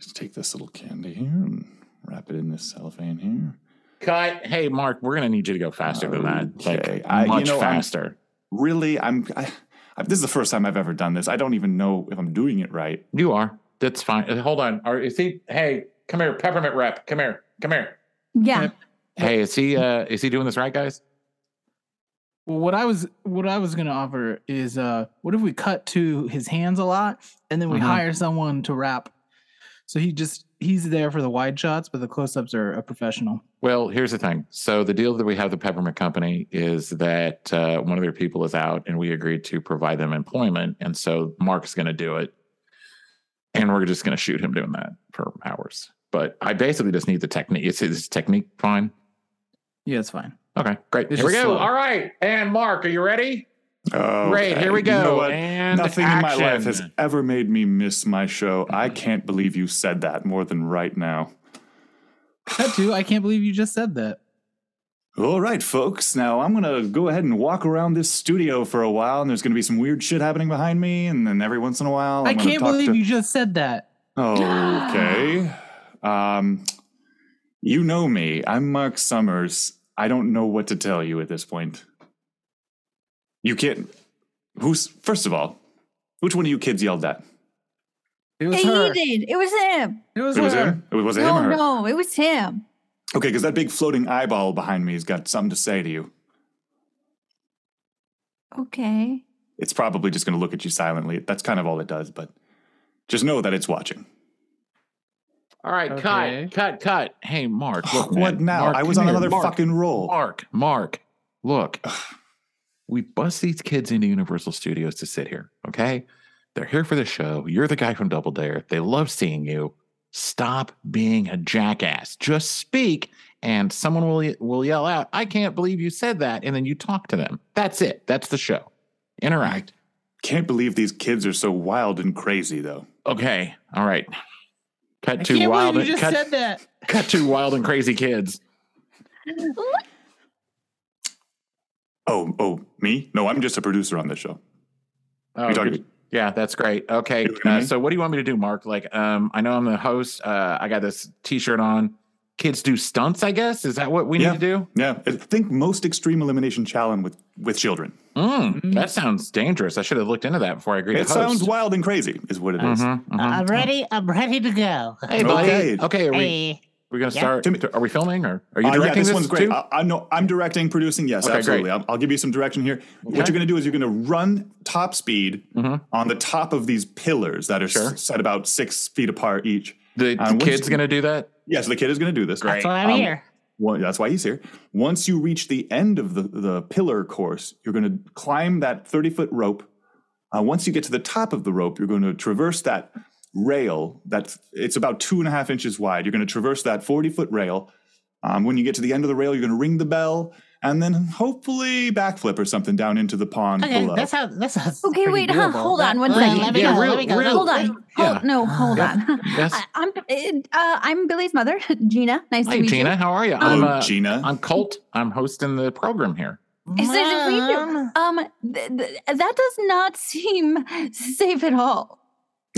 S4: Just take this little candy here and wrap it in this cellophane here.
S1: Cut. Hey, Mark, we're gonna need you to go faster than that.
S4: Okay.
S1: Like
S4: I- you
S1: much
S4: know, I'm-
S1: faster.
S4: Really, I'm. I, I, this is the first time I've ever done this. I don't even know if I'm doing it right.
S1: You are. That's fine. Uh, Hold on. Are is he? Hey, come here, peppermint rep. Come here. Come here.
S5: Yeah.
S1: Hey, is he? uh Is he doing this right, guys?
S3: Well, what I was what I was gonna offer is uh what if we cut to his hands a lot and then we
S1: Mhm.
S3: hire someone to wrap so he just he's there for the wide shots, but the close ups are a professional.
S1: Well, here's the thing. So the deal that we have with the Peppermint Company is that uh, one of their people is out, and we agreed to provide them employment, and so Mark's going to do it. and we're just going to shoot him doing that for hours. But I basically just need the technique. Is his technique fine?
S3: Yeah, it's fine.
S1: Okay, great.
S3: It's
S1: here we go.
S3: just slow.
S1: All right, and Mark, are you ready?
S4: Oh,
S1: Great. Here we go.
S4: You know what?
S1: And
S4: Nothing in my
S1: action.
S4: life has ever made me miss my show. I can't believe you said that more than right now.
S3: That too. I can't believe you just said that.
S4: All right, folks. Now I'm going to go ahead and walk around this studio for a while, and there's going to be some weird shit happening behind me. And then every once in a while, I'm
S3: I
S4: gonna
S3: can't
S4: talk
S3: believe
S4: to- Oh,
S3: you just said that.
S4: Okay. um, you know me. I'm Mark Summers. I don't know what to tell you at this point. You can't. Who's. First of all, which one of you kids yelled that?
S3: It was
S5: Hey,
S3: her.
S5: he did. It was him.
S3: It was,
S4: It was
S3: her.
S4: him? It was it him
S5: No,
S4: or her?
S5: no, it was him.
S4: Okay, because that big floating eyeball behind me has got something to say to you.
S5: Okay.
S4: It's probably just going to look at you silently. That's kind of all it does, but just know that it's watching.
S1: [sighs] All right,
S3: Okay.
S1: cut, cut, cut. Hey, Mark. Look,
S4: what
S1: man.
S4: now?
S1: Mark,
S4: I was
S1: come
S4: on
S1: here.
S4: another
S1: Mark,
S4: fucking roll.
S1: Mark, Mark, look. we bust these kids into Universal Studios to sit here, okay? They're here for the show. You're the guy from Double Dare. They love seeing you. Stop being a jackass. Just speak, and someone will will yell out, "I can't believe you said that!" And then you talk to them. That's it. That's the show. Interact.
S4: Can't believe these kids are so wild and crazy, though.
S1: Okay. All right. Cut
S3: I
S1: to
S3: can't
S1: wild. And,
S3: believe you just
S1: cut,
S3: said that.
S1: cut to wild and crazy kids.
S4: Oh, oh, me? No, I'm just a producer on this show.
S1: Oh,
S4: You're talking-
S1: good. yeah, that's great. Okay,
S4: You're looking at
S1: uh,
S4: me?
S1: so what do you want me to do, Mark? Like, um, I know I'm the host. Uh, I got this T-shirt on. Kids do stunts, I guess. Is that what we
S4: Yeah.
S1: need to do?
S4: Yeah, I think most extreme elimination challenge with, with children.
S1: Mm,
S3: Mm.
S1: That sounds dangerous. I should have looked into that before I agreed
S4: Mm-hmm. It
S1: to host.
S4: sounds wild and crazy, is what it is.
S1: Mhm, mhm.
S2: I'm ready. I'm ready to go.
S1: Hey, buddy. Okay,
S4: Okay.
S1: are we
S2: Hey,
S1: we gonna
S2: Yeah.
S1: start?
S4: Timmy-
S1: Are we filming or are you
S4: Uh,
S1: directing
S4: yeah, this,
S1: this
S4: one's great.
S1: too?
S4: I, I know I'm directing, producing. Yes,
S1: Okay, great.
S4: absolutely. I'll, I'll give you some direction here.
S1: Okay.
S4: What you're going to do is you're going to run top speed
S1: Mhm.
S4: on the top of these pillars that are s-
S1: Sure.
S4: set about six feet apart each.
S1: The,
S4: Uh,
S1: the
S4: once
S1: kid's
S4: you-
S1: gonna do that.
S4: Yeah, so the kid is going to do this.
S1: Great.
S2: that's why I'm
S4: Um,
S2: here.
S4: Well, that's why he's here. Once you reach the end of the, the pillar course, you're going to climb that 30 foot rope. Uh, once you get to the top of the rope, you're going to traverse that rail. That's it's about two and a half inches wide. You're going to traverse that 40 foot rail. Um, when you get to the end of the rail, you're going to ring the bell and then hopefully backflip or something down into the pond
S2: Okay,
S4: below.
S2: that sounds. That sounds.
S5: Okay,
S3: Pretty
S5: wait, huh,
S3: doable.
S5: hold on one
S2: Let-
S5: second.
S2: let me
S1: Yeah,
S2: go.
S1: real-
S2: let me go.
S1: real-
S5: hold on.
S1: real-
S5: Hold,
S2: Oh,
S1: yeah.
S5: Oh, No, hold
S3: Yeah.
S5: on. [laughs]
S1: Yes.
S5: I, I'm it- uh, I'm Billy's mother, [laughs] Gina. Nice to
S1: Hey,
S5: meet
S1: Gina,
S5: you.
S1: how are you?
S4: Hello,
S1: I'm
S2: um,
S1: uh,
S4: Oh, Gina.
S1: I'm Colt. I'm hosting the program here.
S5: Is there a reason?
S2: Mom.
S5: Um, th- th- that does not seem [laughs] safe at all.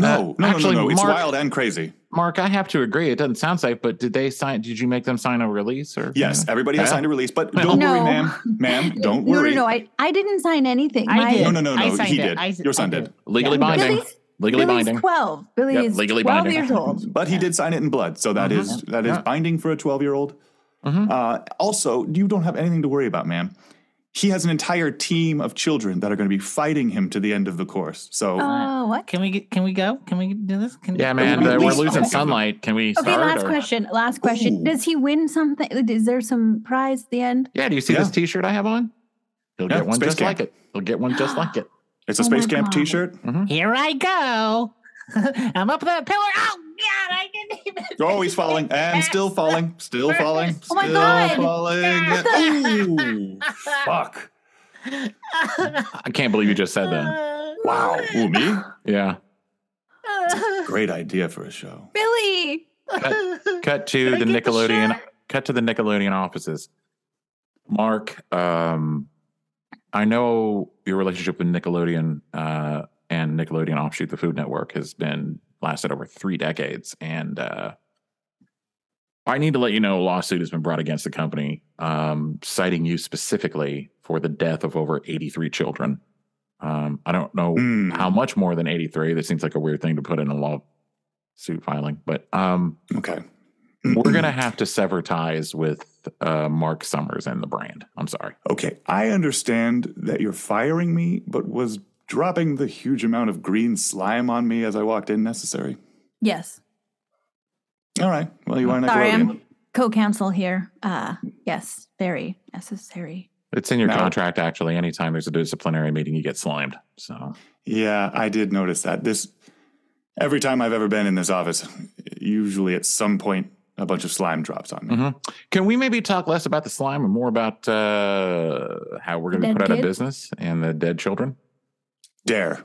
S4: no, no,
S1: actually,
S4: no, no, no. It's
S1: Mark-
S4: wild and crazy.
S1: Mark, I have to agree. It doesn't sound safe, but did they sign? Did you make them sign a release? Or
S4: Yes, everybody has
S1: Yeah.
S4: signed a release, but don't
S5: No.
S4: worry, ma'am.
S2: [laughs]
S4: Ma'am, don't
S5: No,
S4: worry.
S5: no, no. I, I didn't sign anything.
S2: I
S5: My-
S2: did.
S4: No, no, no,
S2: I
S4: no,
S2: signed
S4: he
S2: it.
S4: did.
S2: I-
S4: Your son
S2: I
S4: did.
S1: legally
S2: Yeah.
S1: binding.
S5: Billy's,
S1: Legally
S5: Billy's
S1: binding.
S5: twelve. Billy
S1: Yep,
S5: is
S1: legally
S5: twelve
S1: binding. [laughs]
S5: years old.
S4: But he did sign it in blood, so that is
S1: Mhm.
S4: that is
S1: Yeah.
S4: binding for a twelve year old.
S1: Mhm.
S4: Uh, also, you don't have anything to worry about, ma'am. He has an entire team of children that are going to be fighting him to the end of the course. So
S5: Oh, what?
S2: Can we? get- Can we go? Can we do this? Can
S1: Yeah,
S2: can
S1: man,
S2: we
S4: At
S1: uh, we're
S4: least-
S1: losing sunlight. Can we
S5: Okay,
S1: start?
S5: last
S1: or-
S5: question. Last question.
S4: Ooh.
S5: Does he win something? Uh, Is there some prize at the
S1: [laughs]
S5: end?
S1: Yeah, do you see
S4: Yeah.
S1: this T-shirt I have on? He'll
S4: Yeah,
S1: get one
S4: space
S1: just
S4: camp.
S1: like it. He'll get one just like it.
S4: it's a
S5: Oh
S4: space
S5: my
S4: camp
S5: God.
S4: T shirt.
S2: Here I go. [laughs] I'm up that pillar. Oh God, I didn't even.
S4: Oh, he's
S5: [laughs]
S4: falling and still falling, still falling,
S2: Oh
S4: still
S5: my God.
S4: falling. Ooh, fuck!
S1: I can't believe you just said
S5: Uh,
S1: that.
S2: [laughs]
S4: Wow, Ooh, me?
S1: Yeah.
S4: Great idea for a show.
S5: Billy.
S1: Cut to
S2: Can I
S1: the
S2: get the
S1: Nickelodeon.
S2: shirt?
S1: cut to the Nickelodeon offices. Mark, um, I know your relationship with Nickelodeon uh, and Nickelodeon offshoot, the Food Network, has been lasted over three decades, and uh, I need to let you know a lawsuit has been brought against the company, um, citing you specifically for the death of over eighty-three children. Um, I don't know
S4: Hmm.
S1: how much more than 83 that seems like a weird thing to put in a lawsuit filing but um
S4: Okay,
S1: we're [clears throat] gonna have to sever ties with uh mark summers and the brand i'm sorry
S4: Okay, I understand that you're firing me, but was dropping the huge amount of green slime on me as I walked in necessary?
S5: Yes.
S4: All right. Well, you are
S5: Sorry,
S4: Nickelodeon.
S5: I'm co-counsel here. Uh, yes, very necessary.
S1: it's in your
S4: No.
S1: contract actually Hmm. anytime there's a disciplinary meeting you get slimed so
S4: Yeah, I did notice that. This Every time I've ever been in this office, usually at some point, a bunch of slime drops on me.
S1: Mhm. Can we maybe talk less about the slime and more about uh, how we're going to be
S5: Dead
S1: put out of
S5: kid?
S1: business and the dead children?
S4: Dare.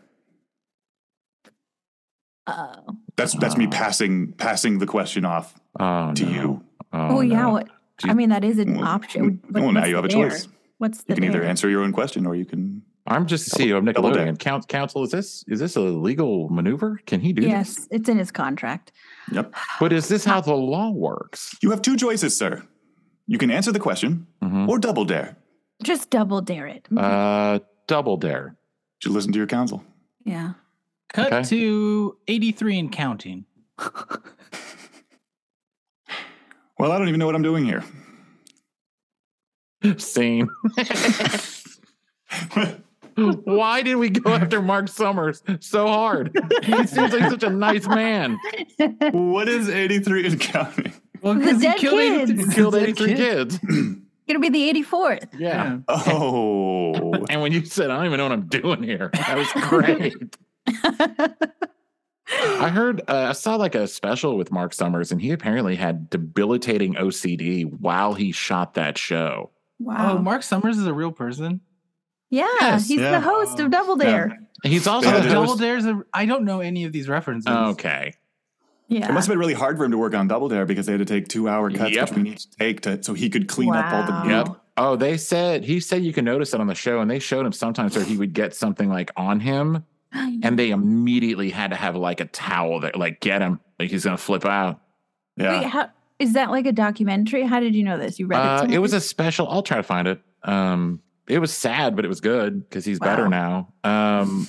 S5: Oh,
S4: That's that's me
S1: Ah.
S4: passing passing the question off
S1: Oh,
S4: to
S1: no.
S4: you.
S5: oh, yeah.
S1: no.
S5: What,
S1: Do
S5: I
S1: you-
S5: mean, that is an
S4: Well,
S5: option. What-
S4: well, Mm. Oh, now
S5: what's
S4: you have a
S5: the dare?
S4: choice.
S5: What's the
S4: You can either
S5: dare?
S4: answer your own question or you can.
S1: I'm just the CEO of
S4: Double- double
S1: Nickelodeon. Count, counsel, is this is this a legal maneuver? Can he do
S5: Yes,
S1: this?
S5: it's in his contract.
S4: Yep.
S1: But is this how the law works?
S4: You have two choices, sir. You can answer the question
S1: Mhm.
S4: or double dare.
S5: Just double dare it. Mm-hmm.
S1: Uh, double dare. [laughs]
S4: Should listen to your counsel.
S5: yeah.
S3: Cut
S1: Okay.
S3: to 83 and counting.
S4: Well, I don't even know what I'm doing here. [laughs]
S1: Same. [laughs] Why did we [laughs] go after Mark Summers so hard? He seems like such a nice [laughs] man.
S4: what is 83 and counting?
S3: Well,
S5: The
S3: 'cause he
S5: dead
S3: killed 83
S5: kids.
S1: He killed
S3: dead
S1: 83
S3: kids.
S1: kids.
S5: Gonna be the 84th.
S1: [laughs] Yeah.
S4: Oh.
S1: And when you said, I don't even know what I'm doing here, that was [laughs] great. I heard, uh, I saw like a special with Mark Summers, and he apparently had debilitating OCD while he shot that show.
S5: Wow.
S3: Oh, Mark Summers is a real person.
S5: yeah,
S1: Yes,
S5: he's
S4: yeah.
S5: the host of Double
S4: Yeah.
S5: Dare.
S1: He's also
S4: Yeah,
S3: Oh,
S1: the
S4: there
S3: Double
S1: host.
S3: Dare's a. I don't know any of these references.
S1: Oh, Okay.
S5: Yeah.
S4: It must have been really hard for him to work on Double Dare because they had to take two hour cuts
S1: Yep.
S4: between each take to, so he could clean up all the.
S5: Wow.
S1: Yep. Oh, they said, he said you can notice it on the show, and they showed him sometimes where he would get something like on him.
S5: [gasps]
S1: and they immediately had to have like a towel that like get him like he's gonna flip out
S4: Yeah.
S5: Wait, how, is that like a documentary? How did you know this? You read
S1: uh,
S5: it?
S1: it was a special i'll try to find it um it was sad but it was good because he's better now um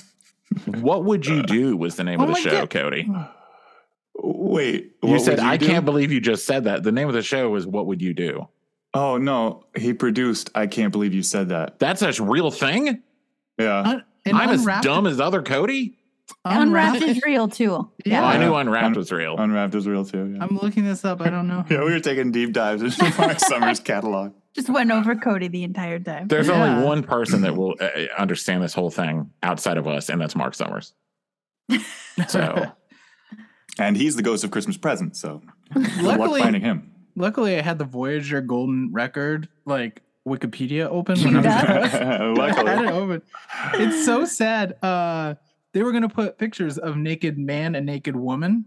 S1: what would you do was the name
S3: Oh
S1: of the
S3: my
S1: show
S3: God.
S1: cody
S4: Wait.
S1: you
S4: what
S1: said
S4: would
S1: i
S4: do?"
S1: can't believe you just said that the name of the show was what would you do
S4: Oh no, he produced. I can't believe you said that.
S1: that's a real thing
S4: Yeah.
S3: Un- and
S1: i'm as
S3: Unwrapped-
S1: dumb as other cody [laughs]
S5: Unwrapped is real too.
S1: Oh, i
S5: Yeah.
S1: knew
S4: Yeah.
S1: unwrapped
S4: Un-
S1: was real
S4: Unwrapped is real too. Yeah.
S3: I'm looking this up. I don't know.
S4: yeah, we were taking deep dives into [laughs] Mark Summers' catalog.
S5: Just went over Cody the entire time.
S1: there's
S3: Yeah.
S1: only one person that will uh, understand this whole thing outside of us and that's mark summers so
S4: And he's the ghost of Christmas present, so good luck
S3: Luckily-
S4: finding him.
S3: Luckily, I had the Voyager Golden Record like Wikipedia open when I was at work. I had [laughs]
S4: [laughs] Luckily.
S3: it open. It's so sad. Uh, they were gonna put pictures of naked man and naked woman,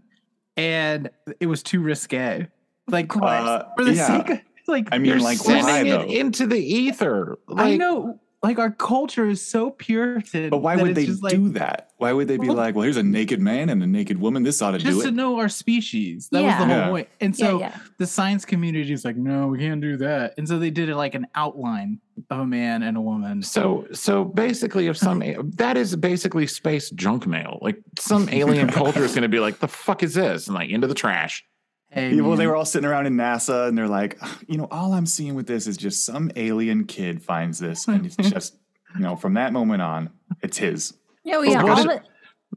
S3: and it was too risque. Like
S5: course.
S4: Uh,
S3: for the
S4: yeah.
S3: sake, of, like
S4: I mean,
S1: You're
S4: like,
S1: sending
S4: why
S1: it
S4: though?
S1: into the ether.
S3: I
S1: Like,
S3: know, like our culture is so Puritan.
S4: But why
S3: that
S4: would
S3: it's
S4: they
S3: just, like,
S4: do that? Why would they be
S3: Well-
S4: like, well, here's a naked man and a naked woman. This ought to do
S3: Just to
S4: it.
S3: know our species. That was the
S4: Yeah.
S3: whole
S4: Yeah.
S3: point. And
S5: yeah,
S3: so
S5: yeah.
S3: the science community is like, no, we can't do that. And so they did it like an outline of a man and a woman.
S1: so, so basically, if some that is basically space junk mail. Like, some [laughs] alien culture is going to be like, "The fuck is this?" and like into the trash.
S3: Hey,
S4: Yeah, well, they
S3: man.
S4: were all sitting around in NASA and they're like, "Ugh, you know, all I'm seeing with this is just some alien kid finds this and
S5: [laughs]
S4: it's just, you know, from that moment on, it's his.
S5: Yeah, well,
S1: But
S5: yeah.
S1: what
S5: All
S1: if-
S5: the,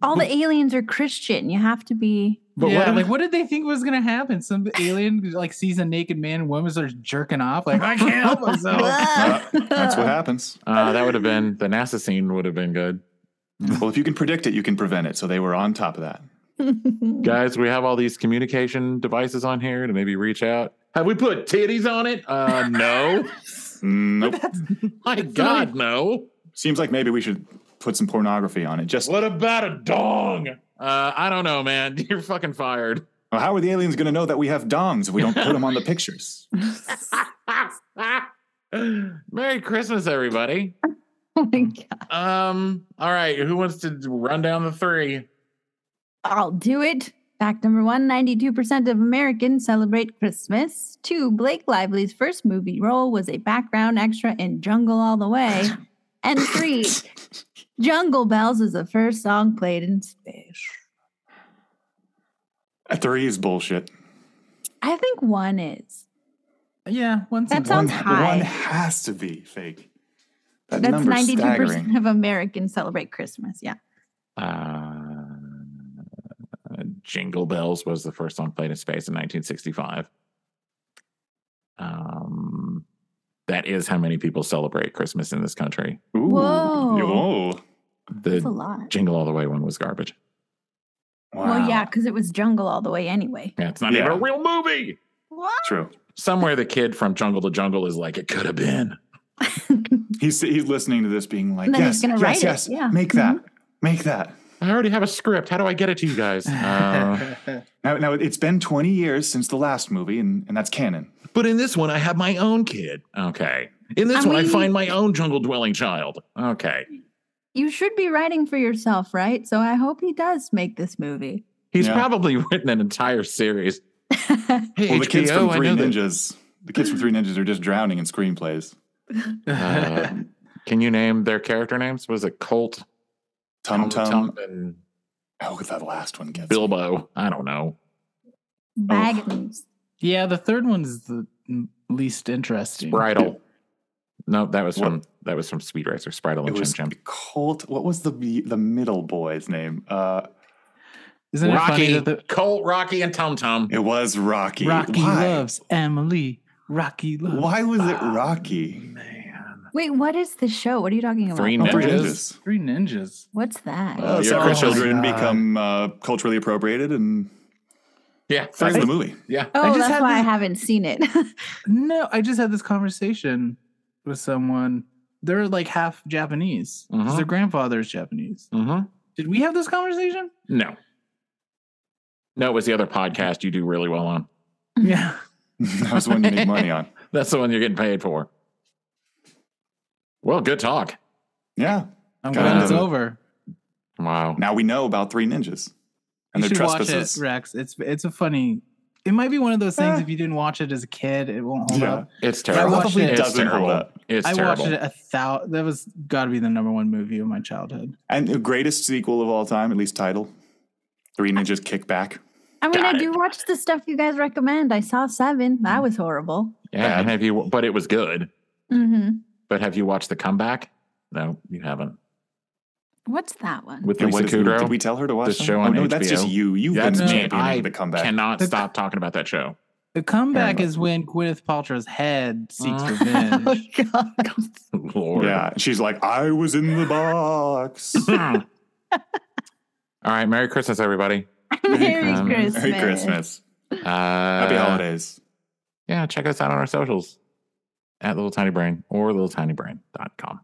S5: all the aliens are Christian. You have to be.
S1: But
S3: yeah,
S1: what if-
S3: like what did they think was gonna happen? Some alien like sees a naked man and woman starts jerking off, like I can't help
S5: [laughs]
S3: myself.
S4: Uh, that's what happens.
S1: Uh, that would have been the NASA scene. Would have been good,
S4: Well, if you can predict it, you can prevent it. So they were on top of that.
S1: guys. We have all these communication devices on here to maybe reach out. Have we put titties on it? Uh, [laughs] no.
S4: Nope.
S1: My God, no.
S4: Seems like maybe we should put some pornography on it. Just
S1: What about a dong? Uh, I don't know, man. [laughs] You're fucking fired.
S4: well, how are the aliens going to know that we have dongs if we don't put them on the pictures? [laughs]
S1: Merry Christmas, everybody.
S5: Oh my God.
S1: Um. All right. Who wants to run down the three?
S5: I'll do it. Fact number one 92% of Americans celebrate Christmas. Two, Blake Lively's first movie role was a background extra in Jungle All the Way. And three, Jungle Bells was the first song played in space.
S4: A three is bullshit.
S5: I think one is.
S3: yeah, one
S5: That
S3: seems
S5: sounds [laughs]
S4: one,
S5: high.
S4: One has to be fake. That
S5: That's
S4: number's
S5: 92%
S4: staggering.
S5: of Americans celebrate Christmas. Yeah.
S1: Uh, Jingle Bells was the first song played in space in 1965. Um, that is how many people celebrate Christmas in this country.
S4: Ooh.
S5: Whoa.
S4: Whoa.
S5: That's a
S1: The
S5: lot.
S1: Jingle All the Way one was garbage.
S5: Well, yeah, because it was jungle all the way anyway.
S1: Yeah, it's not even
S4: Yeah.
S1: a real movie.
S4: True.
S1: Somewhere the kid from Jungle to Jungle is like, it could have been.
S4: He's he's listening to this, being like,
S5: And then
S4: yes,
S5: he's gonna write
S4: yes,
S5: it,
S4: yes,
S5: yeah. Mm-hmm.
S4: make that, make that.
S1: I already have a script. How do I get it to you
S5: [laughs]
S1: guys? Uh,
S4: Now, now it's been 20 years since the last movie, and, and that's canon.
S1: but in this one, I have my own kid. Okay. In this
S5: I
S1: one, I
S5: mean-
S1: find my own jungle dwelling child. Okay.
S5: [laughs] you should be writing for yourself, right? So I hope he does make this movie. [laughs]
S1: He's
S4: Yeah.
S1: probably [laughs] written an entire series. Hey,
S4: Well, the kids
S1: HBO,
S4: from
S1: I
S4: Three
S1: know that-
S4: Ninjas, the kids from Three Ninjas are just drowning in screenplays.
S1: [laughs] Uh, can you name their character names? Was it Colt,
S4: Tum Tum.
S1: and
S4: Oh, that last one gets me.
S1: Bilbo? I don't know.
S4: Oh.
S5: Baggins.
S3: yeah, the third one's the m- least interesting.
S1: Bridle. No, that was
S4: What?
S1: from that was from Speed Racer. Spritel
S4: It
S1: and
S4: was
S1: Chim Chim.
S4: Colt. What was the the middle boy's name? Uh,
S3: Isn't it funny
S1: Rocky,
S3: that the
S1: Colt, Rocky, and Tum Tum.
S4: it was Rocky.
S3: Rocky
S4: Why?
S3: loves Emily? Rocky loves.
S4: Why was it
S3: Bob.
S4: Rocky?
S5: Wait, what is the show? What are you talking about?
S1: Three
S4: Oh, Three
S1: Ninjas?
S4: Ninjas.
S3: Three ninjas.
S5: What's that?
S1: Uh,
S4: so
S1: your
S4: our
S1: Christian-
S4: children
S3: Oh my God.
S4: become uh, culturally appropriated, and
S1: Yeah,
S4: that's
S1: I-
S4: the movie. [laughs]
S1: yeah.
S3: I
S5: oh,
S3: just
S5: that's
S3: had
S5: why I
S3: this-
S5: haven't seen it. [laughs]
S3: No, I just had this conversation with someone. They're like half Japanese because
S1: Mhm.
S3: their grandfather is Japanese.
S1: Mhm.
S3: Did we have this conversation?
S1: No, no, it was the other podcast you do really well on.
S5: Mm-hmm.
S3: Yeah.
S4: that was the one you make money
S5: [laughs]
S4: on.
S1: That's the one you're getting paid for. Well, good talk.
S4: Yeah.
S3: I'm
S4: Got
S3: glad
S1: it.
S3: it's over.
S1: Wow.
S4: Now we know about Three Ninjas and
S3: you
S4: their
S3: should watch it,
S4: trespasses.
S3: Rex. It's it's a funny. It might be one of those things.
S4: Eh.
S3: if you didn't watch it as a kid, it won't hold
S4: Yeah.
S3: up.
S1: It's
S3: I
S1: terrible.
S3: watched it.
S1: It's
S4: Doesn't hold
S1: terrible.
S4: up.
S1: It's
S3: I
S1: terrible.
S3: watched it a thou. That was got to be the number one movie of my childhood.
S4: And the greatest sequel of all time, at least title. Three Ninjas Kick Back.
S5: I mean,
S1: Got
S5: I
S1: it. Mm.
S5: do watch the stuff you guys recommend. I saw Seven. That was horrible.
S1: Yeah, and have you? But it was good.
S5: hmm
S1: But have you watched the comeback? No, you haven't.
S5: What's that one?
S1: With
S4: And
S1: Lisa
S4: what is-
S1: Kudrow.
S4: Did we tell her to watch
S1: This
S4: that?
S1: show
S4: Oh,
S1: on
S4: no, that's
S1: HBO.
S4: just you. You've
S1: That's
S4: been
S3: me.
S4: championing
S1: I
S4: the comeback.
S1: Cannot
S3: The-
S1: stop talking about that show. [laughs]
S3: The comeback
S4: much.
S3: is when Gwyneth Paltrow's head seeks
S4: [laughs]
S1: Oh.
S5: [laughs] oh,
S3: revenge.
S5: God.
S1: Lord.
S4: yeah. She's like, I was in the box.
S1: Hmm.
S3: [laughs]
S1: All right. Merry Christmas, everybody.
S5: [laughs] Merry
S1: Christmas.
S5: Christmas.
S4: Merry Christmas.
S1: Uh,
S4: Happy
S1: Happy
S4: holidays.
S1: Yeah. Check us out on our socials at Little Tiny Brain or LittleTinyBrain.com.